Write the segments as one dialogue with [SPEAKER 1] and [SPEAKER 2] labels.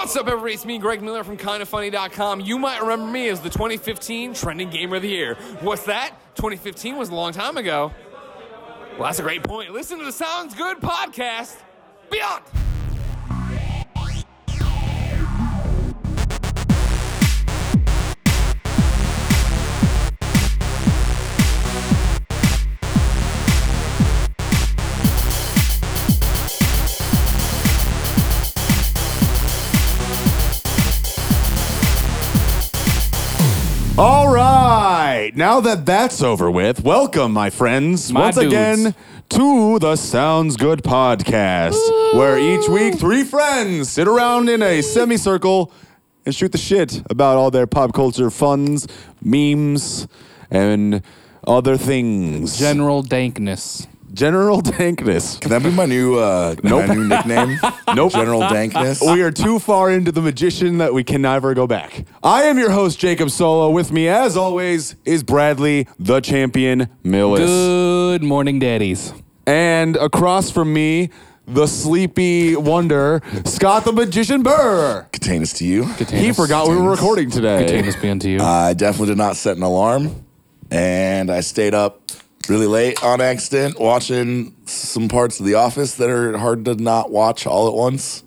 [SPEAKER 1] What's up, everybody? It's me, Greg Miller from KindaFunny.com. You might remember me as the 2015 Trending Gamer of the Year. What's that? 2015 was a long time ago. Well, that's a great point. Listen to the Sounds Good podcast, Beyond.
[SPEAKER 2] All right. Now that that's over with, welcome, my friends,
[SPEAKER 1] My
[SPEAKER 2] once
[SPEAKER 1] dudes.
[SPEAKER 2] again to the Sounds Good podcast, where each week three friends sit around in a semicircle and shoot the shit about all their pop culture funs, memes, and other things.
[SPEAKER 3] General dankness.
[SPEAKER 2] General dankness.
[SPEAKER 4] Can that be my new uh, my new nickname?
[SPEAKER 2] Nope.
[SPEAKER 4] General Dankness.
[SPEAKER 2] We are too far into the magician that we can never go back. I am your host, Jacob Solo. With me, as always, is Bradley, the champion, Millis.
[SPEAKER 3] Good morning, daddies.
[SPEAKER 2] And across from me, the sleepy wonder, Scott the Magician Burr.
[SPEAKER 4] Contains to you.
[SPEAKER 2] He forgot we were Uh, recording today.
[SPEAKER 3] Containers be unto you.
[SPEAKER 4] I definitely did not set an alarm, and I stayed up really late on accident watching some parts of The Office that are hard to not watch all at once.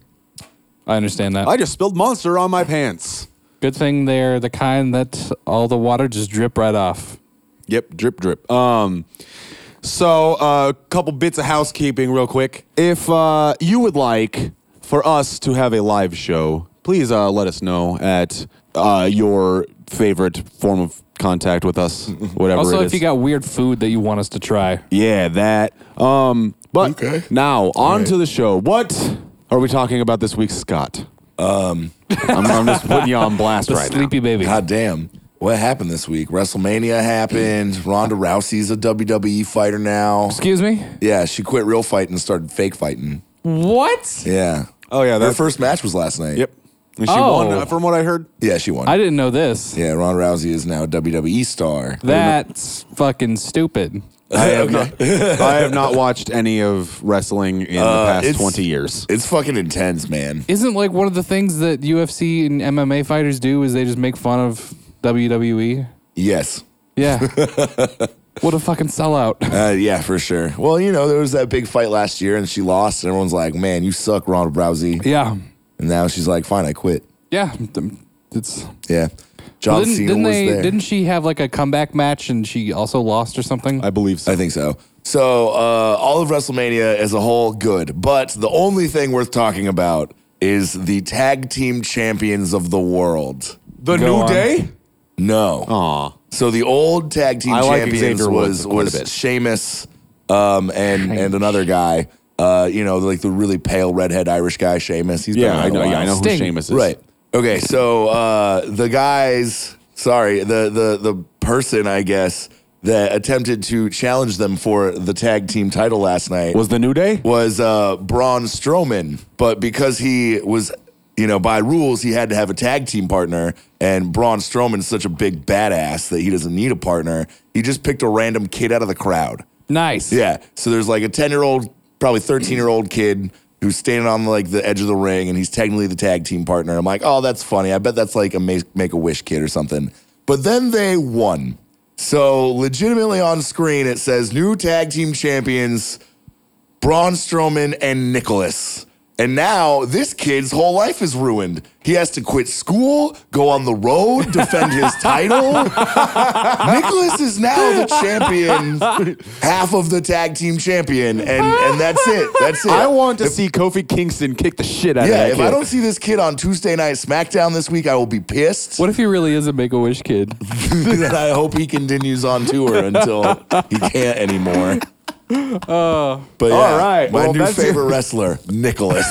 [SPEAKER 3] I understand that.
[SPEAKER 2] I just spilled monster on my pants.
[SPEAKER 3] Good thing they're the kind that all the water just drip right off.
[SPEAKER 2] Yep, drip, drip. Um, so uh, a couple bits of housekeeping, real quick. If uh, you would like for us to have a live show, please uh, let us know at uh, your favorite form of contact with us, whatever.
[SPEAKER 3] Also,
[SPEAKER 2] it
[SPEAKER 3] if
[SPEAKER 2] is.
[SPEAKER 3] you got weird food that you want us to try,
[SPEAKER 2] Yeah, that. Um, but
[SPEAKER 4] Okay.
[SPEAKER 2] now on
[SPEAKER 4] right.
[SPEAKER 2] to the show. What are we talking about this week, Scott? Um, I'm, I'm just putting you on blast
[SPEAKER 3] the
[SPEAKER 2] right
[SPEAKER 3] sleepy baby.
[SPEAKER 4] God damn. What happened this week? WrestleMania happened. Ronda Rousey's a WWE fighter now.
[SPEAKER 3] Excuse me?
[SPEAKER 4] Yeah, she quit real fighting and started fake fighting.
[SPEAKER 3] What?
[SPEAKER 4] Yeah.
[SPEAKER 2] now. Oh yeah,
[SPEAKER 4] Her
[SPEAKER 2] that
[SPEAKER 4] first match was last night.
[SPEAKER 2] Yep. And she
[SPEAKER 3] Oh.
[SPEAKER 2] won, uh, from what I heard.
[SPEAKER 4] Yeah, she won.
[SPEAKER 3] I didn't know this.
[SPEAKER 4] Yeah, Ronda Rousey is now a WWE star.
[SPEAKER 3] That's fucking stupid.
[SPEAKER 2] I have not. I have not watched any of wrestling in the past
[SPEAKER 4] Uh, it's-
[SPEAKER 2] 20 years.
[SPEAKER 4] It's fucking intense, man.
[SPEAKER 3] Isn't like one of the things that UFC and MMA fighters do is they just make fun of WWE?
[SPEAKER 4] Yes.
[SPEAKER 3] Yeah. what a fucking sellout.
[SPEAKER 4] Uh, yeah, for sure. Well, you know, there was that big fight last year and she lost, and everyone's like, man, you suck, Ronda Rousey.
[SPEAKER 3] yeah.
[SPEAKER 4] And now she's like, fine, I quit.
[SPEAKER 3] Yeah. It's
[SPEAKER 4] Yeah. John
[SPEAKER 3] didn't,
[SPEAKER 4] Cena
[SPEAKER 3] didn't
[SPEAKER 4] was
[SPEAKER 3] they,
[SPEAKER 4] there.
[SPEAKER 3] Didn't she have like a comeback match and she also lost or something?
[SPEAKER 2] I believe so.
[SPEAKER 4] I think so. So, uh, all of WrestleMania as a whole, good. But the only thing worth talking about is the tag team champions of the world.
[SPEAKER 2] The
[SPEAKER 3] Go on.
[SPEAKER 4] No.
[SPEAKER 2] Aw.
[SPEAKER 4] So the old tag team
[SPEAKER 2] I like
[SPEAKER 4] champions
[SPEAKER 2] Xavier Woods
[SPEAKER 4] was
[SPEAKER 2] quite a
[SPEAKER 4] was
[SPEAKER 2] bit.
[SPEAKER 4] Sheamus um, and and another guy. Uh, you know, like the really pale redhead Irish guy, Sheamus. He's been
[SPEAKER 2] Yeah,
[SPEAKER 4] around
[SPEAKER 2] I
[SPEAKER 4] a
[SPEAKER 2] know. Yeah, I
[SPEAKER 4] while.
[SPEAKER 2] know
[SPEAKER 3] Sting.
[SPEAKER 2] who Sheamus is.
[SPEAKER 4] Right. Okay. So uh, the guys, sorry, the the the person, I guess, that attempted to challenge them for the tag team title last night
[SPEAKER 2] Was the New Day?
[SPEAKER 4] was uh, Braun Strowman, but because he was, you know, by rules, he had to have a tag team partner, and Braun Strowman's such a big badass that he doesn't need a partner. He just picked a random kid out of the crowd.
[SPEAKER 3] nice.
[SPEAKER 4] Yeah. So there's like a 10 year old, probably 13 year old kid who's standing on like the edge of the ring and he's technically the tag team partner. I'm like, oh, that's funny. I bet that's like a make a wish kid or something. But then they won. So legitimately on screen, it says new tag team champions Braun Strowman and Nicholas. And now this kid's whole life is ruined. He has to quit school, go on the road, defend his title. Nicholas is now the champion, half of the tag team champion, and and that's it. That's it.
[SPEAKER 2] I want to see Kofi Kingston kick the shit out
[SPEAKER 4] yeah,
[SPEAKER 2] of that
[SPEAKER 4] if
[SPEAKER 2] kid.
[SPEAKER 4] I don't see this kid on Tuesday night SmackDown this week, I will be pissed.
[SPEAKER 3] What if he really is a Make a Wish kid?
[SPEAKER 4] and I hope he continues on tour until he can't anymore. but yeah,
[SPEAKER 2] Uh, all right.
[SPEAKER 4] my
[SPEAKER 2] Well,
[SPEAKER 4] new
[SPEAKER 2] that's it.
[SPEAKER 4] favorite wrestler, Nicholas.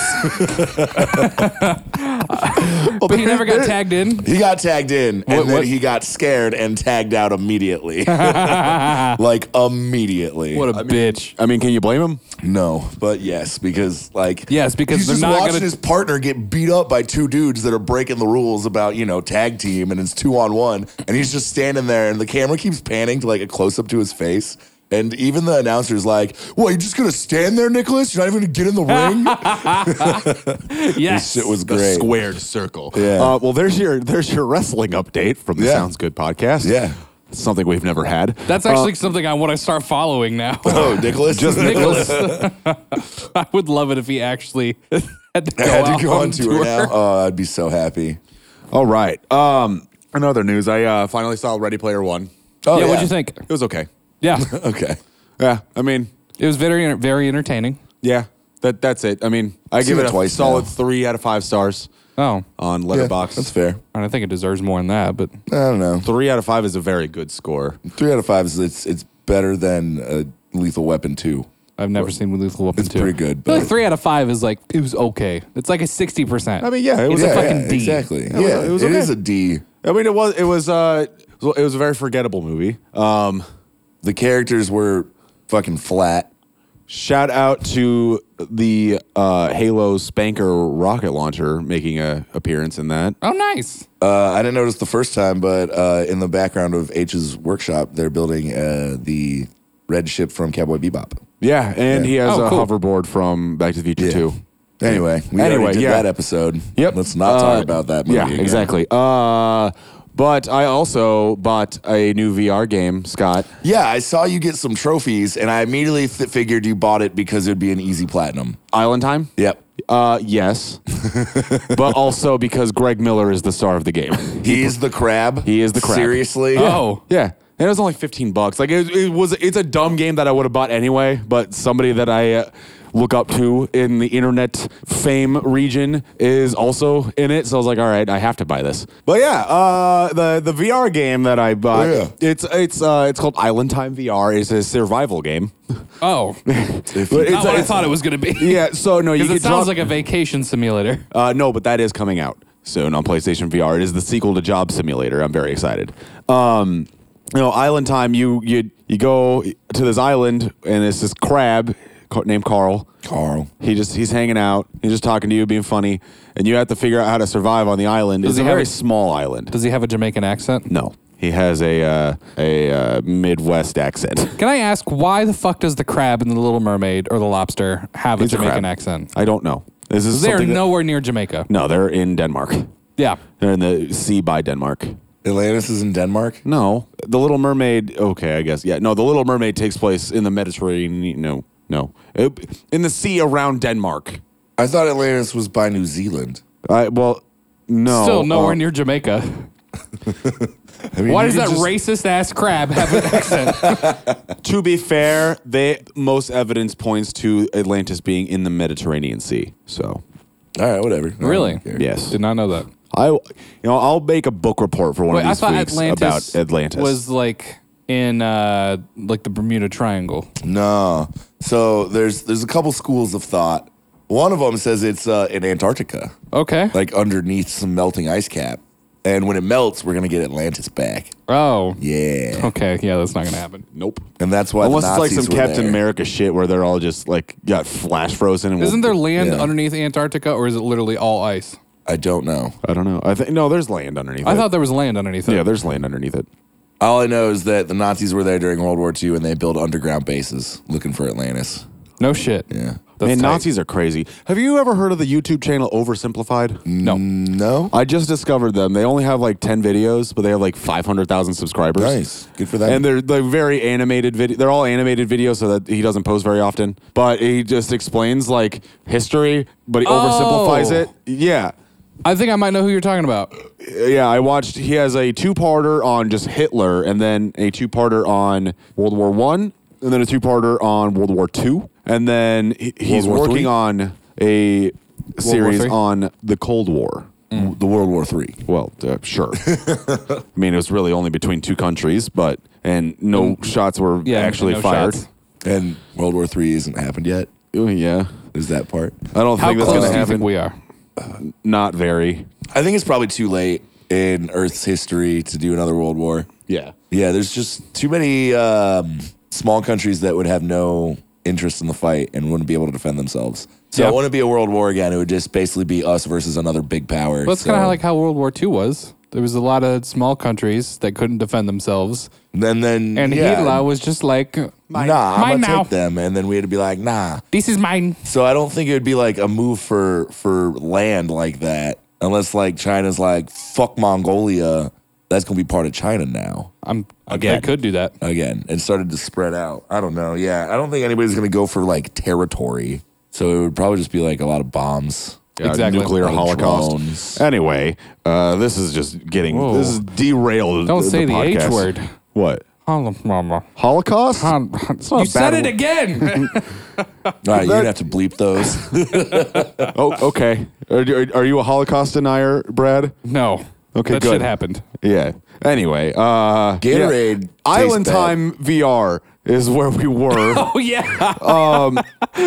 [SPEAKER 3] but he never got tagged in.
[SPEAKER 4] He got tagged in, and
[SPEAKER 3] What-
[SPEAKER 4] then
[SPEAKER 3] what-
[SPEAKER 4] he got scared and tagged out immediately, like immediately.
[SPEAKER 3] What a bitch.
[SPEAKER 2] I mean, can you blame him?
[SPEAKER 4] No, but yes, because like
[SPEAKER 3] Yes, because
[SPEAKER 4] he's
[SPEAKER 3] they're
[SPEAKER 4] just
[SPEAKER 3] not
[SPEAKER 4] watching
[SPEAKER 3] gonna-
[SPEAKER 4] his partner get beat up by two dudes that are breaking the rules about you know tag team and it's two on one, and he's just standing there and the camera keeps panning to like a close up to his face, And even the announcer's like, "What? You're just gonna stand there, Nicholas? You're not even gonna get in the ring?"
[SPEAKER 3] Yes.
[SPEAKER 4] Shit was
[SPEAKER 2] The
[SPEAKER 4] great.
[SPEAKER 2] squared circle.
[SPEAKER 4] Yeah.
[SPEAKER 2] Uh, well, there's your there's your wrestling update from the
[SPEAKER 4] Yeah.
[SPEAKER 2] Sounds Good podcast.
[SPEAKER 4] Yeah.
[SPEAKER 2] something we've never had.
[SPEAKER 3] That's actually something I want to start following now.
[SPEAKER 4] oh, Nicholas, just
[SPEAKER 3] Nicholas. I would love it if he actually had to go,
[SPEAKER 4] I had
[SPEAKER 3] out
[SPEAKER 4] to go on tour now. Oh, I'd be so happy.
[SPEAKER 2] All right. Um, in other news, I uh, finally saw Ready Player One.
[SPEAKER 4] Oh,
[SPEAKER 3] yeah, what'd you think?
[SPEAKER 2] It was okay.
[SPEAKER 3] Yeah,
[SPEAKER 4] Okay.
[SPEAKER 2] Yeah, I mean,
[SPEAKER 3] it was very very entertaining.
[SPEAKER 2] yeah, that that's it. I mean, I
[SPEAKER 4] Seen
[SPEAKER 2] give
[SPEAKER 4] it
[SPEAKER 2] it a
[SPEAKER 4] twice
[SPEAKER 2] solid
[SPEAKER 4] now.
[SPEAKER 2] three out of five stars
[SPEAKER 3] Oh,
[SPEAKER 2] on
[SPEAKER 4] Yeah,
[SPEAKER 2] Letterboxd.
[SPEAKER 4] That's fair.
[SPEAKER 3] and I think it deserves more than that. But
[SPEAKER 4] I don't know.
[SPEAKER 2] Three out of five is a very good score.
[SPEAKER 4] Three out of five is it's it's better than uh, Lethal Weapon two.
[SPEAKER 3] I've never seen Lethal Weapon
[SPEAKER 4] It's
[SPEAKER 3] two.
[SPEAKER 4] pretty good,
[SPEAKER 3] I feel like
[SPEAKER 4] but-
[SPEAKER 3] three out of five is like it was okay. It's like a sixty percent.
[SPEAKER 2] I mean, yeah, it was.
[SPEAKER 3] a
[SPEAKER 2] okay.
[SPEAKER 3] fucking D.
[SPEAKER 4] Exactly.
[SPEAKER 2] was-
[SPEAKER 4] yeah,
[SPEAKER 2] it was
[SPEAKER 4] it
[SPEAKER 2] okay.
[SPEAKER 4] is a D.
[SPEAKER 2] I mean, it was it was uh, it was a very forgettable movie. Um,
[SPEAKER 4] The characters were fucking flat.
[SPEAKER 2] Shout out to the uh, Halo Spanker rocket launcher making a appearance in that.
[SPEAKER 3] oh, nice.
[SPEAKER 4] Uh, I didn't notice the first time, but uh, in the background of H's workshop, they're building uh, the red ship from Cowboy Bebop.
[SPEAKER 2] Yeah, and he has
[SPEAKER 3] Oh,
[SPEAKER 2] a
[SPEAKER 3] cool.
[SPEAKER 2] hoverboard from Back to the Future
[SPEAKER 4] Yeah.
[SPEAKER 2] Two.
[SPEAKER 4] Anyway, we
[SPEAKER 2] Anyway,
[SPEAKER 4] already did
[SPEAKER 2] yeah.
[SPEAKER 4] that episode.
[SPEAKER 2] Yep.
[SPEAKER 4] Let's not
[SPEAKER 2] Uh,
[SPEAKER 4] talk about that movie.
[SPEAKER 2] yeah,
[SPEAKER 4] again.
[SPEAKER 2] exactly. Uh, but I also bought a new VR game, Scott.
[SPEAKER 4] Yeah, I saw you get some trophies, and I immediately th- figured you bought it because it'd be an easy platinum.
[SPEAKER 2] Island Time.
[SPEAKER 4] Yep.
[SPEAKER 2] Uh, yes, but also because Greg Miller is the star of the game.
[SPEAKER 4] He's the crab.
[SPEAKER 2] He is the crab.
[SPEAKER 4] Seriously?
[SPEAKER 3] Oh,
[SPEAKER 2] Yeah. And it was only 15 bucks. Like it, it was it's a dumb game that I would have bought anyway, but somebody that I uh, look up to in the internet fame region is also in it, so I was like, all right, I have to buy this. But yeah, uh the the VR game that I bought,
[SPEAKER 4] Oh, yeah.
[SPEAKER 2] it's it's uh it's called Island Time VR. It's a survival game.
[SPEAKER 3] oh, not
[SPEAKER 4] If
[SPEAKER 2] But
[SPEAKER 4] you-
[SPEAKER 2] it's
[SPEAKER 3] what
[SPEAKER 2] a-
[SPEAKER 3] I thought it was gonna be.
[SPEAKER 2] Yeah, so no, you
[SPEAKER 3] Because
[SPEAKER 2] can
[SPEAKER 3] it sounds
[SPEAKER 2] drop-
[SPEAKER 3] like a vacation simulator.
[SPEAKER 2] uh, no, but that is coming out soon on PlayStation VR. It is the sequel to Job Simulator. I'm very excited. Um, you know, Island Time. You you you go to this island, and it's this crab ca- named Carl.
[SPEAKER 4] Carl.
[SPEAKER 2] He just he's hanging out. He's just talking to you, being funny, and you have to figure out how to survive on the island. it's
[SPEAKER 3] he
[SPEAKER 2] a
[SPEAKER 3] have
[SPEAKER 2] very
[SPEAKER 3] a-
[SPEAKER 2] small island.
[SPEAKER 3] Does he have a Jamaican accent?
[SPEAKER 2] No, he has a uh, a uh, Midwest accent.
[SPEAKER 3] Can I ask why the fuck does the crab in the Little Mermaid or the lobster have a
[SPEAKER 2] He's a crab.
[SPEAKER 3] Jamaican accent?
[SPEAKER 2] I don't know. This is
[SPEAKER 3] They are
[SPEAKER 2] something that-
[SPEAKER 3] nowhere near Jamaica.
[SPEAKER 2] no, they're in Denmark.
[SPEAKER 3] Yeah.
[SPEAKER 2] They're in the sea by Denmark.
[SPEAKER 4] Atlantis is in Denmark?
[SPEAKER 2] No, The Little Mermaid. Okay, I guess. Yeah, no, The Little Mermaid takes place in the Mediterranean. No, no, It- in the sea around Denmark.
[SPEAKER 4] I thought Atlantis was by New Zealand.
[SPEAKER 2] I well, no,
[SPEAKER 3] Still nowhere
[SPEAKER 2] uh,
[SPEAKER 3] near Jamaica.
[SPEAKER 4] I mean,
[SPEAKER 3] Why
[SPEAKER 4] you
[SPEAKER 3] does
[SPEAKER 4] could
[SPEAKER 3] that
[SPEAKER 4] just-
[SPEAKER 3] racist ass crab have an accent?
[SPEAKER 2] To be fair, they most evidence points to Atlantis being in the Mediterranean Sea. So
[SPEAKER 4] All right, whatever. I don't
[SPEAKER 3] Really?
[SPEAKER 4] care.
[SPEAKER 2] yes,
[SPEAKER 3] Did not know that.
[SPEAKER 2] I you know I'll make a book report for one
[SPEAKER 3] Wait,
[SPEAKER 2] of
[SPEAKER 3] I
[SPEAKER 2] these
[SPEAKER 3] thought
[SPEAKER 2] weeks
[SPEAKER 3] Atlantis,
[SPEAKER 2] about Atlantis.
[SPEAKER 3] was like in uh like the Bermuda Triangle.
[SPEAKER 4] No. So there's there's a couple schools of thought. One of them says it's uh, in Antarctica,
[SPEAKER 3] Okay.
[SPEAKER 4] like underneath some melting ice cap, and when it melts, we're gonna get Atlantis back.
[SPEAKER 3] oh.
[SPEAKER 4] Yeah,
[SPEAKER 3] Okay. Yeah, that's not gonna happen.
[SPEAKER 2] nope.
[SPEAKER 4] and that's why
[SPEAKER 2] Unless
[SPEAKER 4] the
[SPEAKER 2] it's like
[SPEAKER 4] Nazis
[SPEAKER 2] some
[SPEAKER 4] were
[SPEAKER 2] Captain
[SPEAKER 4] there.
[SPEAKER 2] America shit where they're all just like got flash frozen. And
[SPEAKER 3] Isn't there land
[SPEAKER 4] Yeah.
[SPEAKER 3] underneath Antarctica, or is it literally all ice?
[SPEAKER 4] I don't know.
[SPEAKER 2] I don't know. I think no, there's land underneath.
[SPEAKER 3] I
[SPEAKER 2] it.
[SPEAKER 3] thought there was land underneath it.
[SPEAKER 2] Yeah, there's land underneath it.
[SPEAKER 4] All I know is that the Nazis were there during World War II, and they built underground bases looking for Atlantis.
[SPEAKER 3] No shit.
[SPEAKER 4] Yeah.
[SPEAKER 3] That's
[SPEAKER 2] Man,
[SPEAKER 3] tight.
[SPEAKER 2] Nazis are crazy. Have you ever heard of the YouTube channel Oversimplified?
[SPEAKER 3] No.
[SPEAKER 4] No.
[SPEAKER 2] I just discovered them. They only have like 10 videos, but they have like 500,000 subscribers.
[SPEAKER 4] Nice. Good for them.
[SPEAKER 2] And they're they're very animated video. They're all animated videos so that he doesn't post very often, but he just explains like history, but he oversimplifies it. Yeah.
[SPEAKER 3] I think I might know who you're talking about.
[SPEAKER 2] Yeah, I watched he has a two-parter on just Hitler and then a two-parter on World War 1 and then a two-parter on World War 2 and then he- he's
[SPEAKER 4] War
[SPEAKER 2] working
[SPEAKER 4] III?
[SPEAKER 2] on a series
[SPEAKER 3] III?
[SPEAKER 2] on the Cold War.
[SPEAKER 3] Mm.
[SPEAKER 4] the World War Three.
[SPEAKER 2] Well, uh, sure. I mean, it was really only between two countries, but and no shots were
[SPEAKER 3] Mm. Yeah,
[SPEAKER 2] actually
[SPEAKER 3] no
[SPEAKER 2] fired.
[SPEAKER 3] shots.
[SPEAKER 4] And World War Three isn't happened yet.
[SPEAKER 2] Ooh, yeah.
[SPEAKER 4] There's that part.
[SPEAKER 2] I don't
[SPEAKER 3] How
[SPEAKER 2] think that's going
[SPEAKER 3] close
[SPEAKER 2] to
[SPEAKER 3] do you think
[SPEAKER 2] happen.
[SPEAKER 3] we are?
[SPEAKER 2] Not very.
[SPEAKER 4] I think it's probably too late in Earth's history to do another world war.
[SPEAKER 2] Yeah.
[SPEAKER 4] Yeah, there's just too many um, small countries that would have no interest in the fight and wouldn't be able to defend themselves. So
[SPEAKER 3] Yeah.
[SPEAKER 4] it wouldn't be a world war again. It would just basically be us versus another big power.
[SPEAKER 3] Well, that's
[SPEAKER 4] so,
[SPEAKER 3] kind of like how World War II was. There was a lot of small countries that couldn't defend themselves,
[SPEAKER 4] And then
[SPEAKER 3] and
[SPEAKER 4] yeah,
[SPEAKER 3] Hitler was just like,
[SPEAKER 4] nah, I'm
[SPEAKER 3] Mine
[SPEAKER 4] gonna
[SPEAKER 3] now.
[SPEAKER 4] take them. And then we had to be like, nah.
[SPEAKER 3] "This is mine."
[SPEAKER 4] So I don't think it would be like a move for for land like that, unless like China's like fuck Mongolia. That's gonna be part of China now
[SPEAKER 3] I'm
[SPEAKER 4] Again.
[SPEAKER 3] They could do that.
[SPEAKER 4] again, and started to spread out. I don't know. Yeah, I don't think anybody's gonna go for like territory. So it would probably just be like a lot of bombs.
[SPEAKER 2] Yeah,
[SPEAKER 3] Exactly.
[SPEAKER 2] Nuclear
[SPEAKER 4] Or
[SPEAKER 2] holocaust.
[SPEAKER 4] drones.
[SPEAKER 2] Anyway, uh, this is just getting
[SPEAKER 3] Whoa.
[SPEAKER 2] this is derailed.
[SPEAKER 3] Don't say the H
[SPEAKER 2] podcast.
[SPEAKER 3] word.
[SPEAKER 2] What?
[SPEAKER 3] Mama.
[SPEAKER 2] Holocaust?
[SPEAKER 3] You said it again.
[SPEAKER 4] All right, you're gonna have to bleep those.
[SPEAKER 2] oh, okay. Are, are, are you a Holocaust denier, Brad?
[SPEAKER 3] no.
[SPEAKER 2] Okay,
[SPEAKER 3] that
[SPEAKER 2] good.
[SPEAKER 3] shit happened.
[SPEAKER 2] Yeah. Anyway, uh,
[SPEAKER 4] Gatorade
[SPEAKER 2] yeah.
[SPEAKER 4] tastes
[SPEAKER 2] Island
[SPEAKER 4] bad.
[SPEAKER 2] Time VR is where we were.
[SPEAKER 3] Oh yeah.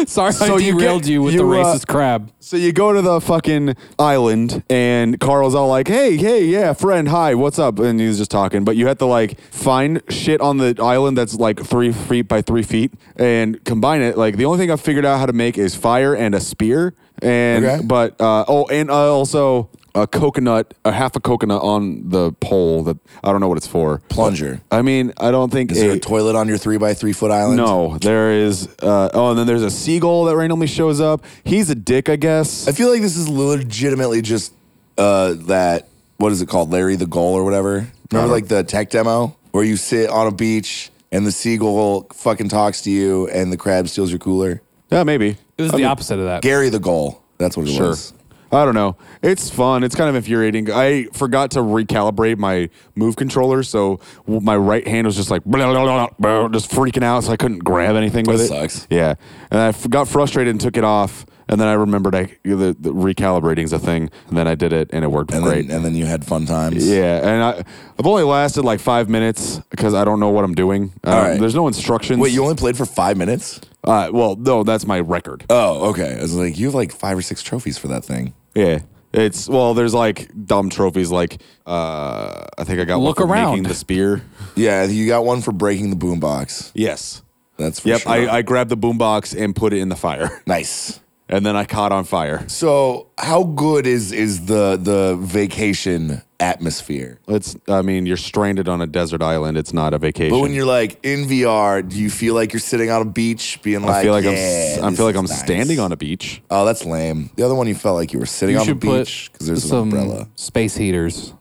[SPEAKER 3] Sorry,
[SPEAKER 2] so
[SPEAKER 3] I
[SPEAKER 2] you
[SPEAKER 3] derailed
[SPEAKER 2] get-
[SPEAKER 3] you, with the
[SPEAKER 2] you, uh,
[SPEAKER 3] racist crab.
[SPEAKER 2] so you go to the fucking island, and Carl's all like, "Hey, hey, yeah, friend, hi, what's up?" And he's just talking, but you have to like find shit on the island that's like three feet by three feet and combine it. Like the only thing I've figured out how to make is fire and a spear, and
[SPEAKER 4] Okay.
[SPEAKER 2] but uh, oh, and uh, also a coconut, a half a coconut on the pole that I don't know what it's for.
[SPEAKER 4] Plunger.
[SPEAKER 2] I mean, I don't think
[SPEAKER 4] Is there a toilet on your three by three foot island?
[SPEAKER 2] No, there is. Uh, oh, and then there's a seagull that randomly shows up. He's a dick, I guess.
[SPEAKER 4] I feel like this is legitimately just uh, that. What is it called? Larry the Gull or whatever.
[SPEAKER 2] Uh-huh.
[SPEAKER 4] Remember, like the tech demo where you sit on a beach and the seagull fucking talks to you and the crab steals your cooler.
[SPEAKER 2] Yeah, maybe.
[SPEAKER 3] It was the opposite of that.
[SPEAKER 4] Gary the Gull. That's what it
[SPEAKER 2] Sure.
[SPEAKER 4] was.
[SPEAKER 2] I don't know. It's fun. It's kind of infuriating. I forgot to recalibrate my move controller, so w- my right hand was just like blah, blah, blah, blah, just freaking out, so I couldn't grab anything with
[SPEAKER 4] That
[SPEAKER 2] it.
[SPEAKER 4] sucks.
[SPEAKER 2] Yeah, and I f- got frustrated and took it off, and then I remembered I the, the recalibrating's a thing, and then I did it, and it worked
[SPEAKER 4] And
[SPEAKER 2] great.
[SPEAKER 4] then, and then you had fun times.
[SPEAKER 2] Yeah, and I, I've only lasted like five minutes because I don't know what I'm doing. I
[SPEAKER 4] All
[SPEAKER 2] don't-
[SPEAKER 4] right.
[SPEAKER 2] There's no instructions.
[SPEAKER 4] Wait, you only played for five minutes?
[SPEAKER 2] Uh, well, no, that's my record.
[SPEAKER 4] Oh, okay. I was like, you have like five or six trophies for that thing.
[SPEAKER 2] Yeah, it's well. There's like dumb trophies, like uh, I think I got
[SPEAKER 3] Look
[SPEAKER 2] one for making
[SPEAKER 3] around.
[SPEAKER 2] the spear.
[SPEAKER 4] Yeah, you got one for breaking the boombox.
[SPEAKER 2] Yes.
[SPEAKER 4] That's for
[SPEAKER 2] Yep.
[SPEAKER 4] sure.
[SPEAKER 2] I, I grabbed the boombox and put it in the fire,
[SPEAKER 4] nice.
[SPEAKER 2] and then I caught on fire.
[SPEAKER 4] So, how good is is the the vacation atmosphere?
[SPEAKER 2] It's. I mean, you're stranded on a desert island. It's not a vacation.
[SPEAKER 4] But when you're like in VR, do you feel like you're sitting on a beach, being like,
[SPEAKER 2] I feel like
[SPEAKER 4] yeah,
[SPEAKER 2] I'm. s- I
[SPEAKER 4] this
[SPEAKER 2] feel like
[SPEAKER 4] is
[SPEAKER 2] I'm
[SPEAKER 4] nice."
[SPEAKER 2] standing on a beach.
[SPEAKER 4] Oh, that's lame. The other one, you felt like you were sitting
[SPEAKER 3] You
[SPEAKER 4] on the
[SPEAKER 3] should put
[SPEAKER 4] beach because there's
[SPEAKER 3] some
[SPEAKER 4] an umbrella.
[SPEAKER 3] space heaters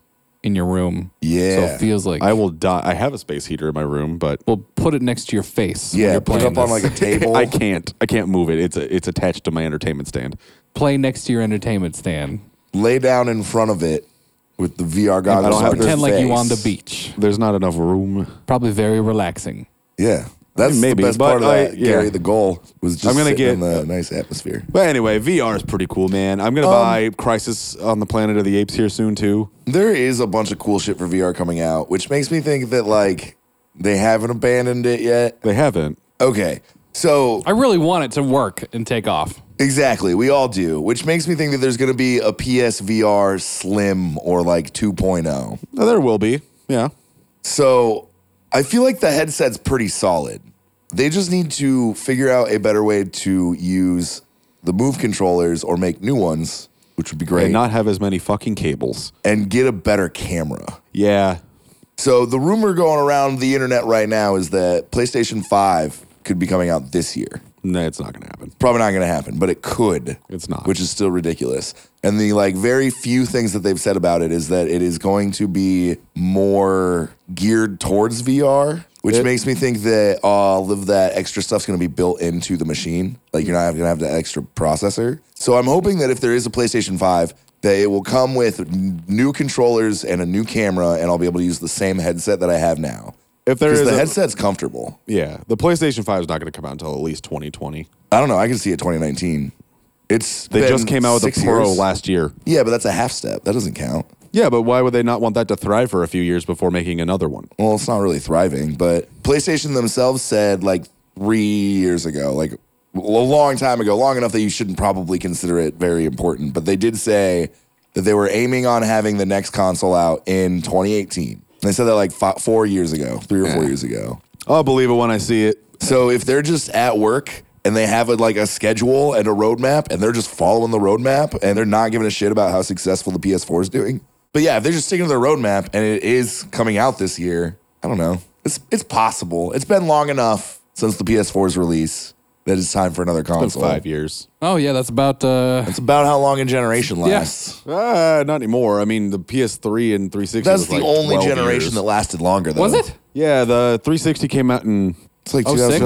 [SPEAKER 3] in your room. So
[SPEAKER 4] Yeah.
[SPEAKER 3] it feels like
[SPEAKER 2] I will die. I have a space heater in my room, but
[SPEAKER 3] Well, put it next to your face. when
[SPEAKER 4] Yeah,
[SPEAKER 3] you're
[SPEAKER 4] put it
[SPEAKER 3] playing
[SPEAKER 4] up on
[SPEAKER 3] this.
[SPEAKER 4] like a table.
[SPEAKER 2] I can't. I can't move it. It's a, it's attached to my entertainment stand.
[SPEAKER 3] play next to your entertainment stand.
[SPEAKER 4] lay down in front of it with the VR goggles.
[SPEAKER 2] I don't
[SPEAKER 4] on
[SPEAKER 2] have-
[SPEAKER 4] your
[SPEAKER 3] Pretend like you
[SPEAKER 4] face.
[SPEAKER 3] on the beach.
[SPEAKER 2] There's not enough room.
[SPEAKER 3] Probably very relaxing.
[SPEAKER 4] Yeah, that's
[SPEAKER 2] Maybe,
[SPEAKER 4] the best
[SPEAKER 2] but
[SPEAKER 4] part of
[SPEAKER 2] I-
[SPEAKER 4] that.
[SPEAKER 2] yeah.
[SPEAKER 4] Gary, the goal was just
[SPEAKER 2] I'm gonna
[SPEAKER 4] sitting
[SPEAKER 2] get-
[SPEAKER 4] in the nice atmosphere.
[SPEAKER 2] But anyway, VR is pretty cool, man. I'm
[SPEAKER 3] Um,
[SPEAKER 2] gonna buy Crisis on the Planet of the Apes here soon too.
[SPEAKER 4] There is a bunch of cool shit for VR coming out, which makes me think that like they haven't abandoned it yet.
[SPEAKER 2] They haven't.
[SPEAKER 4] Okay, so
[SPEAKER 3] I really want it to work and take off.
[SPEAKER 4] Exactly, we all do, which makes me think that there's going to be a PSVR Slim or like 2.0.
[SPEAKER 2] No, there will be. Yeah.
[SPEAKER 4] So I feel like the headset's pretty solid. They just need to figure out a better way to use the Move controllers or make new ones, which would be great,
[SPEAKER 2] And not have as many fucking cables.
[SPEAKER 4] and get a better camera.
[SPEAKER 2] Yeah.
[SPEAKER 4] So the rumor going around the internet right now is that PlayStation 5 could be coming out this year.
[SPEAKER 2] No, it's not gonna happen.
[SPEAKER 4] probably not going to happen, but it could.
[SPEAKER 2] It's not.
[SPEAKER 4] which is still ridiculous. And the like very few things that they've said about it is that it is going to be more geared towards VR, which makes me think that all of that extra stuff's going to be built into the machine. Like you're not going to have the extra processor. So I'm hoping that if there is a PlayStation 5, that it will come with n- new controllers and a new camera, and I'll be able to use the same headset that I have now.
[SPEAKER 2] If there
[SPEAKER 4] Because
[SPEAKER 2] is
[SPEAKER 4] the
[SPEAKER 2] a-
[SPEAKER 4] headset's comfortable.
[SPEAKER 2] Yeah. The PlayStation 5 is not gonna come out until at least 2020.
[SPEAKER 4] I don't know. I can see it 2019. It's
[SPEAKER 2] They
[SPEAKER 4] been
[SPEAKER 2] just came out with
[SPEAKER 4] six
[SPEAKER 2] the Pro
[SPEAKER 4] years.
[SPEAKER 2] last year.
[SPEAKER 4] Yeah, but that's a half step. That doesn't count.
[SPEAKER 2] Yeah, but why would they not want that to thrive for a few years before making another one?
[SPEAKER 4] Well, it's not really thriving, but PlayStation themselves said like three years ago, like a long time ago, long enough that you shouldn't probably consider it very important. But they did say that they were aiming on having the next console out in 2018. They said that like fi four years ago, three or four years ago.
[SPEAKER 2] I'll believe it when I see it.
[SPEAKER 4] So if they're just at work and they have a, like a schedule and a roadmap and they're just following the roadmap and they're not giving a shit about how successful the PS4 is doing, But yeah, if they're just sticking to their roadmap and it is coming out this year, I don't know. It's it's possible. It's been long enough since the PS4's release that it's time for another
[SPEAKER 2] Been
[SPEAKER 4] console.
[SPEAKER 2] five years.
[SPEAKER 3] Oh yeah, that's about. uh
[SPEAKER 4] It's about how long a generation
[SPEAKER 3] Yeah.
[SPEAKER 4] lasts.
[SPEAKER 2] Uh, not anymore. I mean, the PS3 and 360.
[SPEAKER 4] That's
[SPEAKER 2] was
[SPEAKER 4] the
[SPEAKER 2] like
[SPEAKER 4] only
[SPEAKER 2] 12
[SPEAKER 4] generation
[SPEAKER 2] years.
[SPEAKER 4] that lasted longer, though.
[SPEAKER 3] Was it?
[SPEAKER 2] Yeah, the 360 came out in
[SPEAKER 4] It's like
[SPEAKER 3] Oh, six?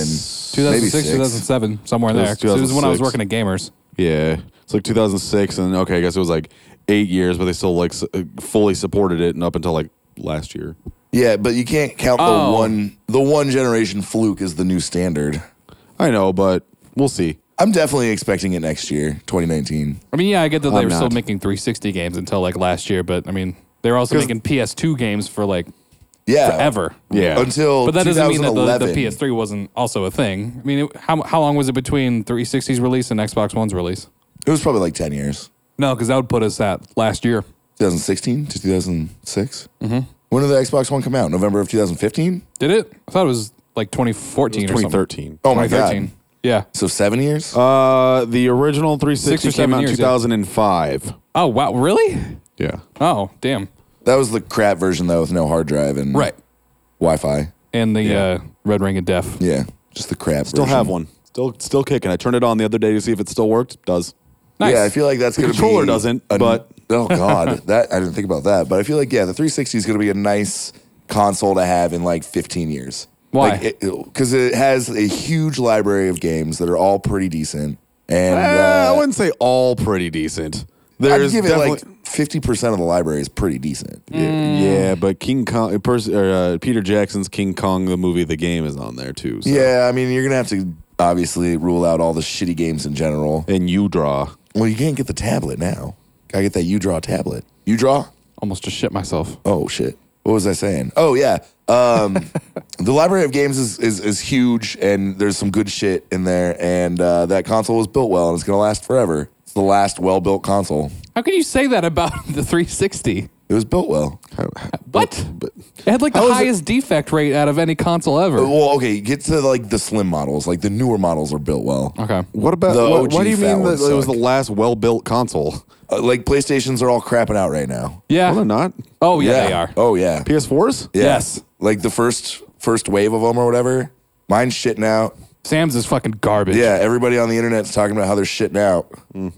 [SPEAKER 4] 2007. maybe
[SPEAKER 3] 2006,
[SPEAKER 4] six.
[SPEAKER 3] 2007, somewhere in
[SPEAKER 2] It was
[SPEAKER 3] there. 'Cause It was when I was
[SPEAKER 2] 2006.
[SPEAKER 3] working at Gamers.
[SPEAKER 2] yeah, it's like 2006, and okay, I guess it was like eight years, but they still like s- uh, fully supported it, and up until like last year.
[SPEAKER 4] Yeah, but you can't count
[SPEAKER 3] Oh.
[SPEAKER 4] the one the one generation fluke as the new standard.
[SPEAKER 2] I know, but we'll see.
[SPEAKER 4] I'm definitely expecting it next year, 2019.
[SPEAKER 3] I mean, yeah, I get that they
[SPEAKER 2] I'm
[SPEAKER 3] were still
[SPEAKER 2] not.
[SPEAKER 3] making 360 games until like last year, but I mean, they were also making PS2 games for like
[SPEAKER 4] Yeah,
[SPEAKER 3] forever.
[SPEAKER 2] Yeah,
[SPEAKER 4] Until
[SPEAKER 3] But that doesn't mean that the,
[SPEAKER 4] 2011.
[SPEAKER 3] the PS3 wasn't also a thing. I mean, it, how, how long was it between 360's release and Xbox One's release?
[SPEAKER 4] It was probably like 10 years.
[SPEAKER 3] No, because that would put us at last year.
[SPEAKER 4] 2016 to 2006. Mm-hmm. When did the Xbox One come out? November of 2015.
[SPEAKER 3] Did it? I thought it was like 2014 or something.
[SPEAKER 2] 2013.
[SPEAKER 4] Oh my
[SPEAKER 3] 2013.
[SPEAKER 4] god!
[SPEAKER 3] Yeah.
[SPEAKER 4] So seven years.
[SPEAKER 2] Uh, the original 360
[SPEAKER 3] Six or
[SPEAKER 2] came
[SPEAKER 3] seven
[SPEAKER 2] out in
[SPEAKER 3] years, yeah.
[SPEAKER 2] 2005.
[SPEAKER 3] Oh, wow. Really?
[SPEAKER 2] Yeah.
[SPEAKER 3] Oh, damn.
[SPEAKER 4] that was the crap version though, with no hard drive and Wi-Fi.
[SPEAKER 3] And the uh, Red Ring of Death.
[SPEAKER 4] Yeah, just the crap.
[SPEAKER 2] Still have one. Still, still kicking. I turned it on the other day to see if it still worked. Does.
[SPEAKER 3] Nice.
[SPEAKER 4] Yeah, I feel like that's
[SPEAKER 2] The
[SPEAKER 4] going to be
[SPEAKER 2] controller doesn't,
[SPEAKER 4] a-
[SPEAKER 2] but-
[SPEAKER 4] oh god, that I didn't think about that. But I feel like yeah, the 360 is going to be a nice console to have in like 15 years.
[SPEAKER 3] Why?
[SPEAKER 4] Because it, has a huge library of games that are all pretty decent, and
[SPEAKER 2] Uh, I
[SPEAKER 4] uh,
[SPEAKER 2] wouldn't say all pretty decent.
[SPEAKER 4] I'd
[SPEAKER 2] There's
[SPEAKER 4] give it like
[SPEAKER 2] definitely- Mm.
[SPEAKER 4] 50 percent of the library is pretty decent.
[SPEAKER 2] Yeah, yeah, but King Kong, uh, pers- or, uh, Peter Jackson's King Kong, the movie, the game is on there too. so-
[SPEAKER 4] Yeah, I mean you're gonna have to obviously rule out all the shitty games in general.
[SPEAKER 2] and you draw.
[SPEAKER 4] Well, you can't get the tablet now. I get that you draw tablet. You draw?
[SPEAKER 3] Almost just shit myself.
[SPEAKER 4] Oh shit. What was I saying? Oh yeah. Um, the library of games is, is is huge, and there's some good shit in there. And uh, that console was built well, and it's gonna last forever. It's the last well built console.
[SPEAKER 3] How can you say that about the 360?
[SPEAKER 4] It was built well. Uh,
[SPEAKER 3] What?
[SPEAKER 2] But
[SPEAKER 3] It had like the
[SPEAKER 4] How is it- Oh.
[SPEAKER 3] highest defect rate out of any console ever.
[SPEAKER 4] Well, okay. Get to like the slim models. Like the newer models are built well.
[SPEAKER 3] okay.
[SPEAKER 2] what about?
[SPEAKER 4] The
[SPEAKER 2] wha-
[SPEAKER 4] OG
[SPEAKER 2] what do you
[SPEAKER 4] fat
[SPEAKER 2] mean that
[SPEAKER 4] ones
[SPEAKER 2] it was the
[SPEAKER 4] suck.
[SPEAKER 2] last well-built console?
[SPEAKER 4] Uh, like PlayStations are all crapping out right now.
[SPEAKER 3] Yeah.
[SPEAKER 2] No, they're not.
[SPEAKER 3] Oh, yeah, they are.
[SPEAKER 4] Oh yeah.
[SPEAKER 2] PS4s.
[SPEAKER 4] Yeah.
[SPEAKER 3] Yes.
[SPEAKER 4] Like the first first wave of them or whatever. Mine's shitting out.
[SPEAKER 3] Sam's is fucking garbage.
[SPEAKER 4] Yeah, everybody on the internet's talking about how they're shitting out.